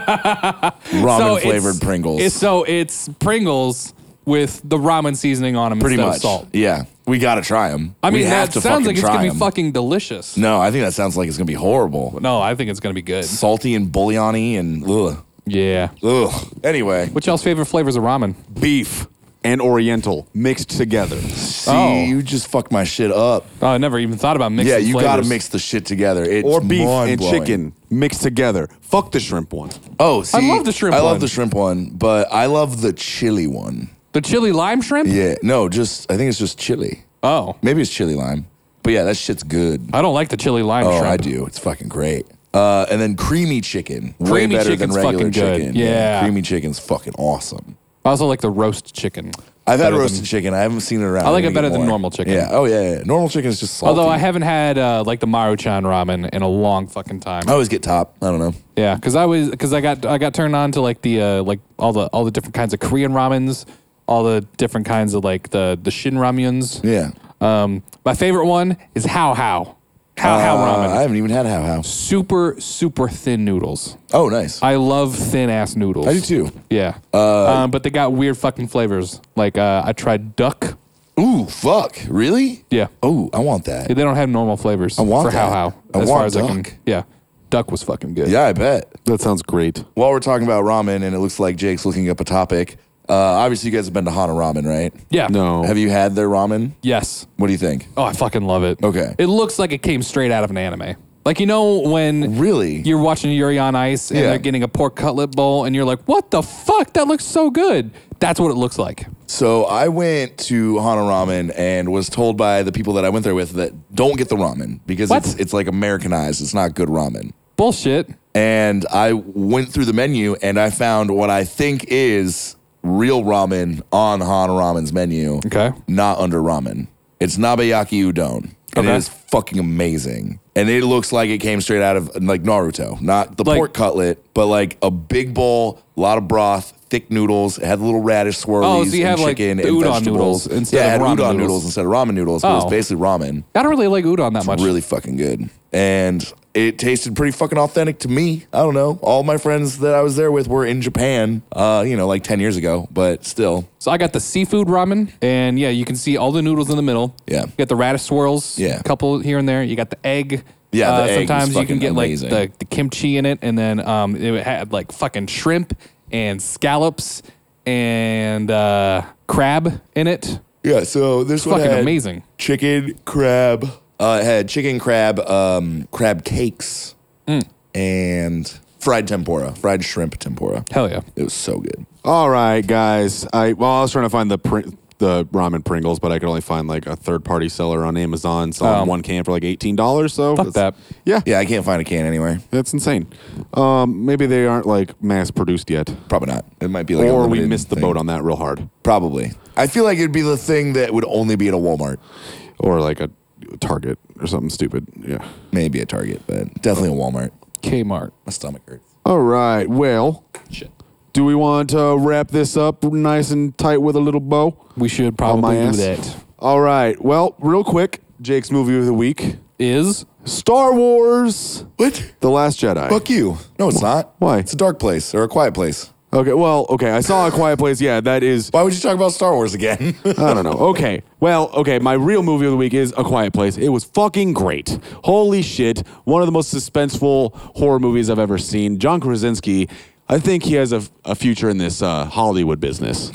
[SPEAKER 4] ramen flavored
[SPEAKER 3] it's-
[SPEAKER 4] Pringles.
[SPEAKER 3] It's, so it's Pringles with the ramen seasoning on them
[SPEAKER 4] pretty
[SPEAKER 3] instead
[SPEAKER 4] much
[SPEAKER 3] of salt.
[SPEAKER 4] Yeah, we gotta try them.
[SPEAKER 3] I mean,
[SPEAKER 4] we have
[SPEAKER 3] that
[SPEAKER 4] to
[SPEAKER 3] sounds
[SPEAKER 4] fucking
[SPEAKER 3] like it's
[SPEAKER 4] try
[SPEAKER 3] gonna be
[SPEAKER 4] 'em.
[SPEAKER 3] fucking delicious.
[SPEAKER 4] No, I think that sounds like it's gonna be horrible.
[SPEAKER 3] No, I think it's gonna be good.
[SPEAKER 4] Salty and bouillony and ugh,
[SPEAKER 3] Yeah.
[SPEAKER 4] ugh. Anyway,
[SPEAKER 3] What's y'all's favorite flavors of ramen?
[SPEAKER 2] Beef and Oriental mixed together.
[SPEAKER 4] see,
[SPEAKER 3] Oh.
[SPEAKER 4] you just fucked my shit up.
[SPEAKER 3] Oh, I never even thought about mixing.
[SPEAKER 4] yeah, you
[SPEAKER 3] flavors.
[SPEAKER 4] gotta mix the shit together. It's
[SPEAKER 2] or beef and
[SPEAKER 4] mind-blowing.
[SPEAKER 2] chicken mixed together. Fuck the shrimp one.
[SPEAKER 4] Oh, see,
[SPEAKER 3] love the shrimp
[SPEAKER 4] I
[SPEAKER 3] one.
[SPEAKER 4] love the shrimp one, but I love the chili one.
[SPEAKER 3] the chili lime shrimp.
[SPEAKER 4] Yeah, no, just I think it's just chili.
[SPEAKER 3] Oh,
[SPEAKER 4] Maybe it's chili lime, but yeah, that shit's good.
[SPEAKER 3] I don't like the chili lime
[SPEAKER 4] Oh,
[SPEAKER 3] shrimp.
[SPEAKER 4] I do. It's fucking great. Uh, and then creamy chicken, way
[SPEAKER 3] Creamy
[SPEAKER 4] better than
[SPEAKER 3] chicken's
[SPEAKER 4] regular
[SPEAKER 3] fucking good.
[SPEAKER 4] chicken.
[SPEAKER 3] Yeah.
[SPEAKER 4] creamy chicken's fucking awesome.
[SPEAKER 3] I also like the roast chicken.
[SPEAKER 4] I've
[SPEAKER 3] Better
[SPEAKER 4] had
[SPEAKER 3] than-
[SPEAKER 4] roasted chicken. I haven't seen it around.
[SPEAKER 3] I like
[SPEAKER 4] I'm
[SPEAKER 3] it
[SPEAKER 4] gonna
[SPEAKER 3] better
[SPEAKER 4] get
[SPEAKER 3] than
[SPEAKER 4] more.
[SPEAKER 3] normal chicken.
[SPEAKER 4] Yeah. Oh yeah. yeah. Normal chicken is just salty.
[SPEAKER 3] Although I haven't had uh, like the Maruchan ramen in a long fucking time.
[SPEAKER 4] I always get top. I don't know.
[SPEAKER 3] Yeah, because I was because I got I got turned on to like the uh, like all the all the different kinds of Korean ramens, all the different kinds of like the the shin ramyuns.
[SPEAKER 4] Yeah.
[SPEAKER 3] Um, my favorite one is how how how how
[SPEAKER 4] Uh, I
[SPEAKER 3] ramen.
[SPEAKER 4] haven't even had how how.
[SPEAKER 3] Super super thin noodles.
[SPEAKER 4] Oh, nice. I,
[SPEAKER 3] I love thin ass noodles.
[SPEAKER 4] do too. Uh,
[SPEAKER 3] Yeah. um, but they got weird fucking flavors. Like uh, I tried duck.
[SPEAKER 4] Ooh, fuck. Really?
[SPEAKER 3] Yeah.
[SPEAKER 4] Oh, I want that.
[SPEAKER 3] They don't have normal flavors I
[SPEAKER 4] want
[SPEAKER 3] for how
[SPEAKER 4] that.
[SPEAKER 3] how.
[SPEAKER 4] I
[SPEAKER 3] as
[SPEAKER 4] want
[SPEAKER 3] far as I
[SPEAKER 4] duck.
[SPEAKER 3] can. Yeah. Duck was fucking good.
[SPEAKER 4] Yeah, I bet.
[SPEAKER 2] That sounds great.
[SPEAKER 4] While we're talking about ramen, and it looks like Jake's looking up a topic. Uh, obviously, you guys have been to Hana Ramen, right?
[SPEAKER 3] Yeah.
[SPEAKER 2] No.
[SPEAKER 4] Have you had their ramen?
[SPEAKER 3] Yes.
[SPEAKER 4] What do you think?
[SPEAKER 3] Oh, I fucking love it.
[SPEAKER 4] Okay.
[SPEAKER 3] It looks like it came straight out of an anime. Like you know when
[SPEAKER 4] Really?
[SPEAKER 3] you're watching Yuri on Ice and
[SPEAKER 4] Yeah.
[SPEAKER 3] they're getting a pork cutlet bowl and you're like, "What the fuck? That looks so good." That's what it looks like.
[SPEAKER 4] So I went to Hana Ramen and was told by the people that I went there with that don't get the ramen because
[SPEAKER 3] What?
[SPEAKER 4] it's it's like Americanized. It's not good ramen.
[SPEAKER 3] Bullshit.
[SPEAKER 4] And I went through the menu and I found what I think is real ramen on Hana Ramen's menu.
[SPEAKER 3] Okay.
[SPEAKER 4] Not under ramen. It's nabayaki udon. And
[SPEAKER 3] Okay.
[SPEAKER 4] it is fucking amazing. And it looks like it came straight out of like Naruto. Not the
[SPEAKER 3] Like-
[SPEAKER 4] pork cutlet, but like a big bowl, a lot of broth, thick noodles. It had little radish swirlies
[SPEAKER 3] Oh, so you
[SPEAKER 4] and
[SPEAKER 3] have, like,
[SPEAKER 4] chicken
[SPEAKER 3] the
[SPEAKER 4] and
[SPEAKER 3] udon noodles
[SPEAKER 4] vegetables.
[SPEAKER 3] instead
[SPEAKER 4] yeah,
[SPEAKER 3] of
[SPEAKER 4] it had
[SPEAKER 3] ramen
[SPEAKER 4] udon
[SPEAKER 3] noodles.
[SPEAKER 4] noodles instead of ramen noodles, but
[SPEAKER 3] Oh.
[SPEAKER 4] it's basically ramen.
[SPEAKER 3] I don't really like udon that much.
[SPEAKER 4] Really fucking good. And it tasted pretty fucking authentic to me. I don't know. All my friends that I was there with were in Japan, uh, you know, like 10 years ago, but still.
[SPEAKER 3] So I got the seafood ramen, and yeah, you can see all the noodles in the middle.
[SPEAKER 4] Yeah.
[SPEAKER 3] You got the radish swirls,
[SPEAKER 4] Yeah.
[SPEAKER 3] a couple here and there. You got the egg. Uh,
[SPEAKER 4] Yeah, the egg is
[SPEAKER 3] sometimes you
[SPEAKER 4] fucking
[SPEAKER 3] can get
[SPEAKER 4] amazing.
[SPEAKER 3] like the, the kimchi in it, and then um, it had like fucking shrimp and scallops and uh, crab in it.
[SPEAKER 4] Yeah, so this
[SPEAKER 3] Fucking amazing.
[SPEAKER 4] chicken, crab, Uh, it had chicken crab, um, crab cakes,
[SPEAKER 3] Mm.
[SPEAKER 4] and fried tempura, fried shrimp tempura.
[SPEAKER 3] Hell yeah.
[SPEAKER 4] It was so good.
[SPEAKER 2] All right, guys. I well, I was trying to find the pr- the ramen Pringles, but I could only find like a third party seller on Amazon selling
[SPEAKER 3] Oh.
[SPEAKER 2] one can for like eighteen dollars. So
[SPEAKER 3] Fuck
[SPEAKER 2] that's-
[SPEAKER 3] that.
[SPEAKER 2] Yeah,
[SPEAKER 4] Yeah, I can't find a can anywhere.
[SPEAKER 2] that's insane. Um, maybe they aren't like mass produced yet,
[SPEAKER 4] Probably not. It might be like a
[SPEAKER 2] or we
[SPEAKER 4] limited
[SPEAKER 2] missed the
[SPEAKER 4] thing.
[SPEAKER 2] boat on that real hard,
[SPEAKER 4] Probably. I feel like it'd be the thing that would only be at a Walmart,
[SPEAKER 2] or like a Target or something stupid. Yeah.
[SPEAKER 4] maybe a Target, but definitely a Walmart.
[SPEAKER 3] Kmart.
[SPEAKER 4] My stomach hurts.
[SPEAKER 2] All right. Well,
[SPEAKER 3] Shit.
[SPEAKER 2] do we want to wrap this up nice and tight with a little bow?
[SPEAKER 3] We should
[SPEAKER 2] on my
[SPEAKER 3] probably do
[SPEAKER 2] ass?
[SPEAKER 3] that.
[SPEAKER 2] All right. Well, real quick, Jake's movie of the week:
[SPEAKER 3] Is
[SPEAKER 2] Star Wars:
[SPEAKER 4] What?
[SPEAKER 2] The Last Jedi.
[SPEAKER 4] Fuck you. No, it's not.
[SPEAKER 2] Why?
[SPEAKER 4] It's a dark place or a quiet place.
[SPEAKER 2] Okay, well, okay. I saw a quiet place. Yeah, that is.
[SPEAKER 4] Why would you talk about Star Wars again?
[SPEAKER 2] I don't know. Okay, well, okay. My real movie of the week is A Quiet Place. It was fucking great. Holy shit! One of the most suspenseful horror movies I've ever seen. John Krasinski. I think he has a, a future in this uh, Hollywood business,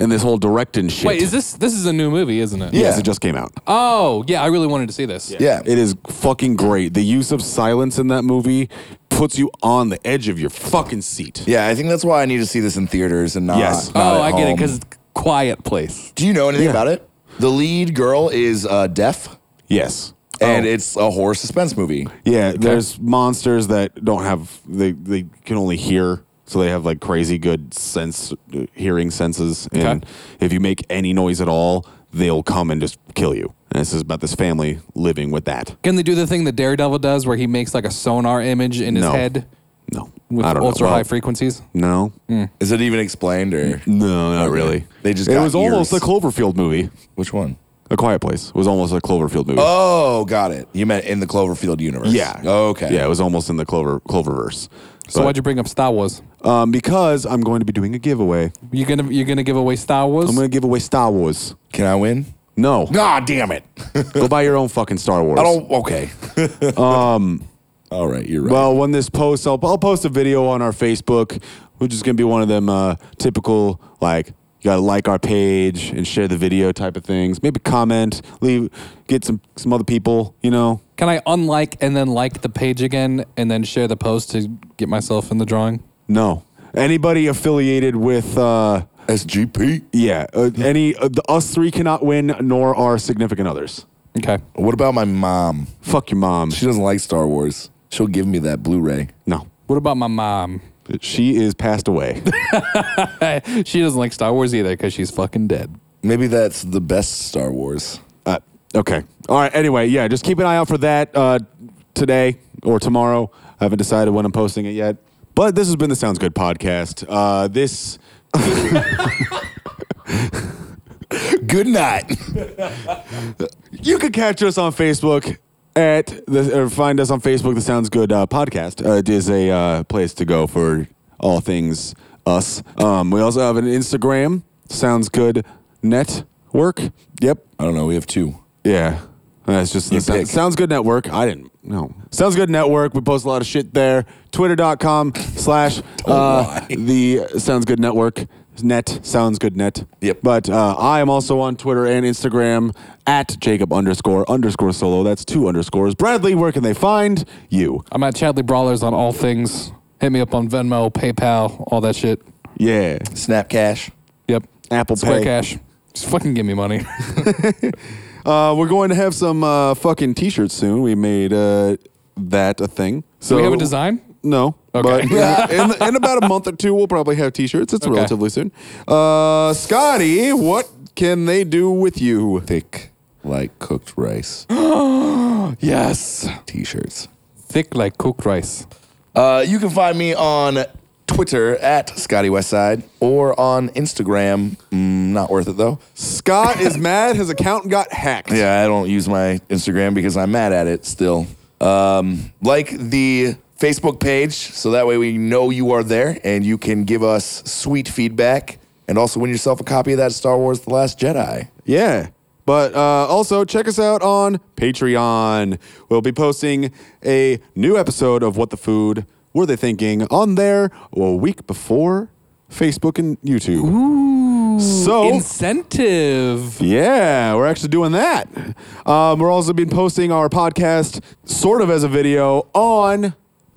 [SPEAKER 2] and this whole directing shit.
[SPEAKER 3] wait, is this this is a new movie, isn't it?
[SPEAKER 2] yes,
[SPEAKER 4] Yeah.
[SPEAKER 2] it just came out.
[SPEAKER 3] Oh yeah, I really wanted to see this.
[SPEAKER 4] yeah.
[SPEAKER 2] It is fucking great. The use of silence in that movie puts you on the edge of your fucking seat.
[SPEAKER 4] yeah, I think that's why I need to see this in theaters and not.
[SPEAKER 2] Yes.
[SPEAKER 4] not
[SPEAKER 3] Oh,
[SPEAKER 4] at
[SPEAKER 3] I get it
[SPEAKER 4] home.
[SPEAKER 3] because quiet place.
[SPEAKER 4] Do you know anything
[SPEAKER 2] Yeah.
[SPEAKER 4] about it? The lead girl is uh, deaf,
[SPEAKER 2] Yes.
[SPEAKER 4] and it's a horror suspense movie.
[SPEAKER 2] Yeah, there's monsters that don't have they they can only hear, so they have like crazy good sense uh, hearing senses, and
[SPEAKER 3] Okay.
[SPEAKER 2] if you make any noise at all, they'll come and just kill you. And this is about this family living with that.
[SPEAKER 3] Can they do the thing that Daredevil does where he makes like a sonar image in his
[SPEAKER 2] No.
[SPEAKER 3] head
[SPEAKER 2] No,
[SPEAKER 3] with Mm.
[SPEAKER 2] I don't know.
[SPEAKER 3] ultra
[SPEAKER 2] Well,
[SPEAKER 3] high frequencies?
[SPEAKER 2] No,
[SPEAKER 4] Is it even explained or
[SPEAKER 2] no, not really.
[SPEAKER 4] They just
[SPEAKER 2] it
[SPEAKER 4] got
[SPEAKER 2] was almost a
[SPEAKER 4] ears.
[SPEAKER 2] Cloverfield movie.
[SPEAKER 4] which one?
[SPEAKER 2] A Quiet Place was almost a Cloverfield movie.
[SPEAKER 4] Oh, got it. You meant in the Cloverfield universe.
[SPEAKER 2] yeah.
[SPEAKER 4] Okay.
[SPEAKER 2] Yeah, it was almost in the Clover Cloververse.
[SPEAKER 3] So why'd you bring up Star Wars?
[SPEAKER 2] you- um, because I'm going to be doing a giveaway.
[SPEAKER 3] You're gonna you're gonna give away Star Wars?
[SPEAKER 2] I'm going to give away Star Wars.
[SPEAKER 4] Can I win?
[SPEAKER 2] No.
[SPEAKER 4] God damn it. I
[SPEAKER 2] Go buy your own fucking Star Wars.
[SPEAKER 4] don't. Okay. um. All right. You're right.
[SPEAKER 2] Well, when this post, I'll, I'll post a video on our Facebook, which is going to be one of them uh, typical, like, you got to like our page and share the video type of things. Maybe comment, leave, get some, some other people, you know.
[SPEAKER 3] Can I unlike and then like the page again and then share the post to get myself in the drawing?
[SPEAKER 2] No. Anybody affiliated with, uh,
[SPEAKER 4] SGP.
[SPEAKER 2] yeah, uh, any, uh, the, us three cannot win, nor our significant others.
[SPEAKER 3] Okay.
[SPEAKER 4] What about my mom?
[SPEAKER 2] Fuck your mom.
[SPEAKER 4] She doesn't like Star Wars. She'll give me that Blu-ray.
[SPEAKER 2] No.
[SPEAKER 3] What about my mom?
[SPEAKER 2] She is passed away.
[SPEAKER 3] she doesn't like Star Wars either because she's fucking dead.
[SPEAKER 4] Maybe that's the best Star Wars.
[SPEAKER 2] Uh, okay. All right. Anyway, yeah, just keep an eye out for that uh, today or tomorrow. I haven't decided when I'm posting it yet. But this has been the Sounds Good podcast. Uh, this
[SPEAKER 4] Good night.
[SPEAKER 2] you can catch us on Facebook at the or find us on Facebook. The Sounds Good uh, podcast. Uh, it is a uh, place to go for all things us. Um, we also have an Instagram. Sounds Good Network. Yep.
[SPEAKER 4] I don't know. We have two.
[SPEAKER 2] Yeah. That's just the sound,
[SPEAKER 4] pick.
[SPEAKER 2] Sounds Good Network. I didn't know. Sounds Good Network. We post a lot of shit there. Twitter.com slash uh,
[SPEAKER 4] lie.
[SPEAKER 2] the Sounds Good Network. Net. Sounds Good Net.
[SPEAKER 4] Yep.
[SPEAKER 2] But uh, I am also on Twitter and Instagram at Jacob underscore underscore solo. That's two underscores. Bradley, where can they find you?
[SPEAKER 3] I'm at Chadley Brawlers on all things. Hit me up on Venmo, PayPal, all that shit.
[SPEAKER 2] Yeah.
[SPEAKER 4] Snapcash.
[SPEAKER 3] Yep.
[SPEAKER 2] Apple
[SPEAKER 3] Square
[SPEAKER 2] Pay.
[SPEAKER 3] Cash. Just fucking give me money.
[SPEAKER 2] Uh, we're going to have some uh, fucking t shirts soon. We made uh, that a thing. So
[SPEAKER 3] Do we have a design?
[SPEAKER 2] No.
[SPEAKER 3] Okay.
[SPEAKER 2] But in, in, in about a month or two, we'll probably have t shirts. It's
[SPEAKER 3] Okay.
[SPEAKER 2] relatively soon. Uh, Scotty, what can they do with you?
[SPEAKER 4] Thick like cooked rice. yes. T-shirts.
[SPEAKER 3] Thick like cooked rice.
[SPEAKER 4] Uh, you can find me on Twitter at Scotty Westside or on Instagram. Mm, not worth it though.
[SPEAKER 2] Scott is mad. His account got hacked.
[SPEAKER 4] Yeah, I don't use my Instagram because I'm mad at it still. Um, like the Facebook page, so that way we know you are there and you can give us sweet feedback and also win yourself a copy of that Star Wars The Last Jedi.
[SPEAKER 2] Yeah. But uh, also, check us out on Patreon. We'll be posting a new episode of What the Food Were They Thinking on there a week before Facebook and YouTube.
[SPEAKER 4] Oh.
[SPEAKER 2] So-
[SPEAKER 3] incentive.
[SPEAKER 2] Yeah, we're actually doing that. Um, we're also been posting our podcast sort of as a video on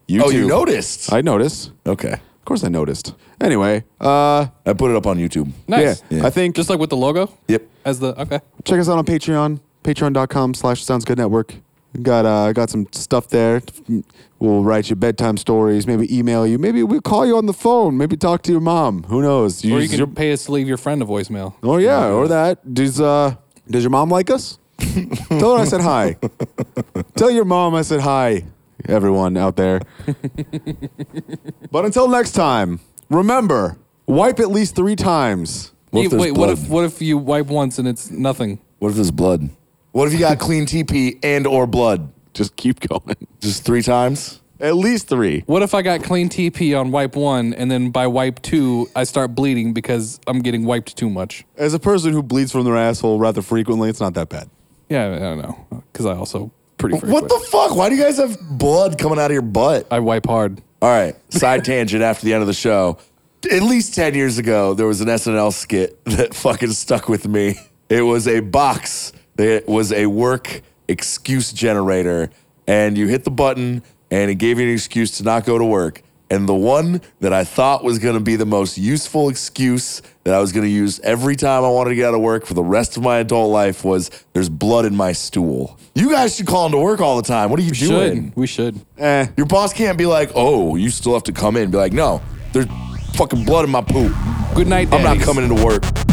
[SPEAKER 2] YouTube.
[SPEAKER 4] Oh, you noticed?
[SPEAKER 2] I noticed.
[SPEAKER 4] okay.
[SPEAKER 2] Of course, I noticed. Anyway, uh,
[SPEAKER 4] I put it up on YouTube.
[SPEAKER 3] Nice.
[SPEAKER 2] yeah, I think
[SPEAKER 3] Just like with the logo.
[SPEAKER 4] Yep.
[SPEAKER 3] As the okay.
[SPEAKER 2] check us out on Patreon, patreon.com slash sounds good network. Got uh, got some stuff there. We'll write you bedtime stories, maybe email you, maybe we'll call you on the phone, maybe talk to your mom. Who knows?
[SPEAKER 3] Or you
[SPEAKER 2] Use
[SPEAKER 3] can
[SPEAKER 2] your-
[SPEAKER 3] pay us to leave your friend a voicemail.
[SPEAKER 2] Oh yeah, or that. Does uh does your mom like us? Tell her I said hi. Tell your mom I said hi, everyone out there. but until next time, remember, wipe at least three times.
[SPEAKER 4] What if
[SPEAKER 3] You-
[SPEAKER 4] there's
[SPEAKER 3] wait, what
[SPEAKER 4] blood?
[SPEAKER 3] if what if you wipe once and it's nothing?
[SPEAKER 4] What if there's blood? What if you got clean TP and or blood?
[SPEAKER 2] Just keep going.
[SPEAKER 4] Just three times?
[SPEAKER 2] At least three.
[SPEAKER 3] What if I got clean TP on wipe one and then by wipe two I start bleeding because I'm getting wiped too much?
[SPEAKER 2] As a person who bleeds from their asshole rather frequently, it's not that bad.
[SPEAKER 3] Yeah, I don't know because I also pretty.
[SPEAKER 4] What
[SPEAKER 3] frequent.
[SPEAKER 4] the fuck? Why do you guys have blood coming out of your butt?
[SPEAKER 3] I wipe hard.
[SPEAKER 4] All right, side tangent after the end of the show. At least 10 years ago, there was an SNL skit that fucking stuck with me. It was a box that was a work excuse generator, and you hit the button, and it gave you an excuse to not go to work. And the one that I thought was gonna be the most useful excuse that I was gonna use every time I wanted to get out of work for the rest of my adult life was there's blood in my stool. You guys should call into work all the time. What are you doing?
[SPEAKER 3] Should we should?
[SPEAKER 2] Eh.
[SPEAKER 4] Your boss can't be like, oh, you still have to come in. Be like, no, there's fucking blood in my poop.
[SPEAKER 3] Good night.
[SPEAKER 4] I'm not
[SPEAKER 3] daddies.
[SPEAKER 4] coming into work.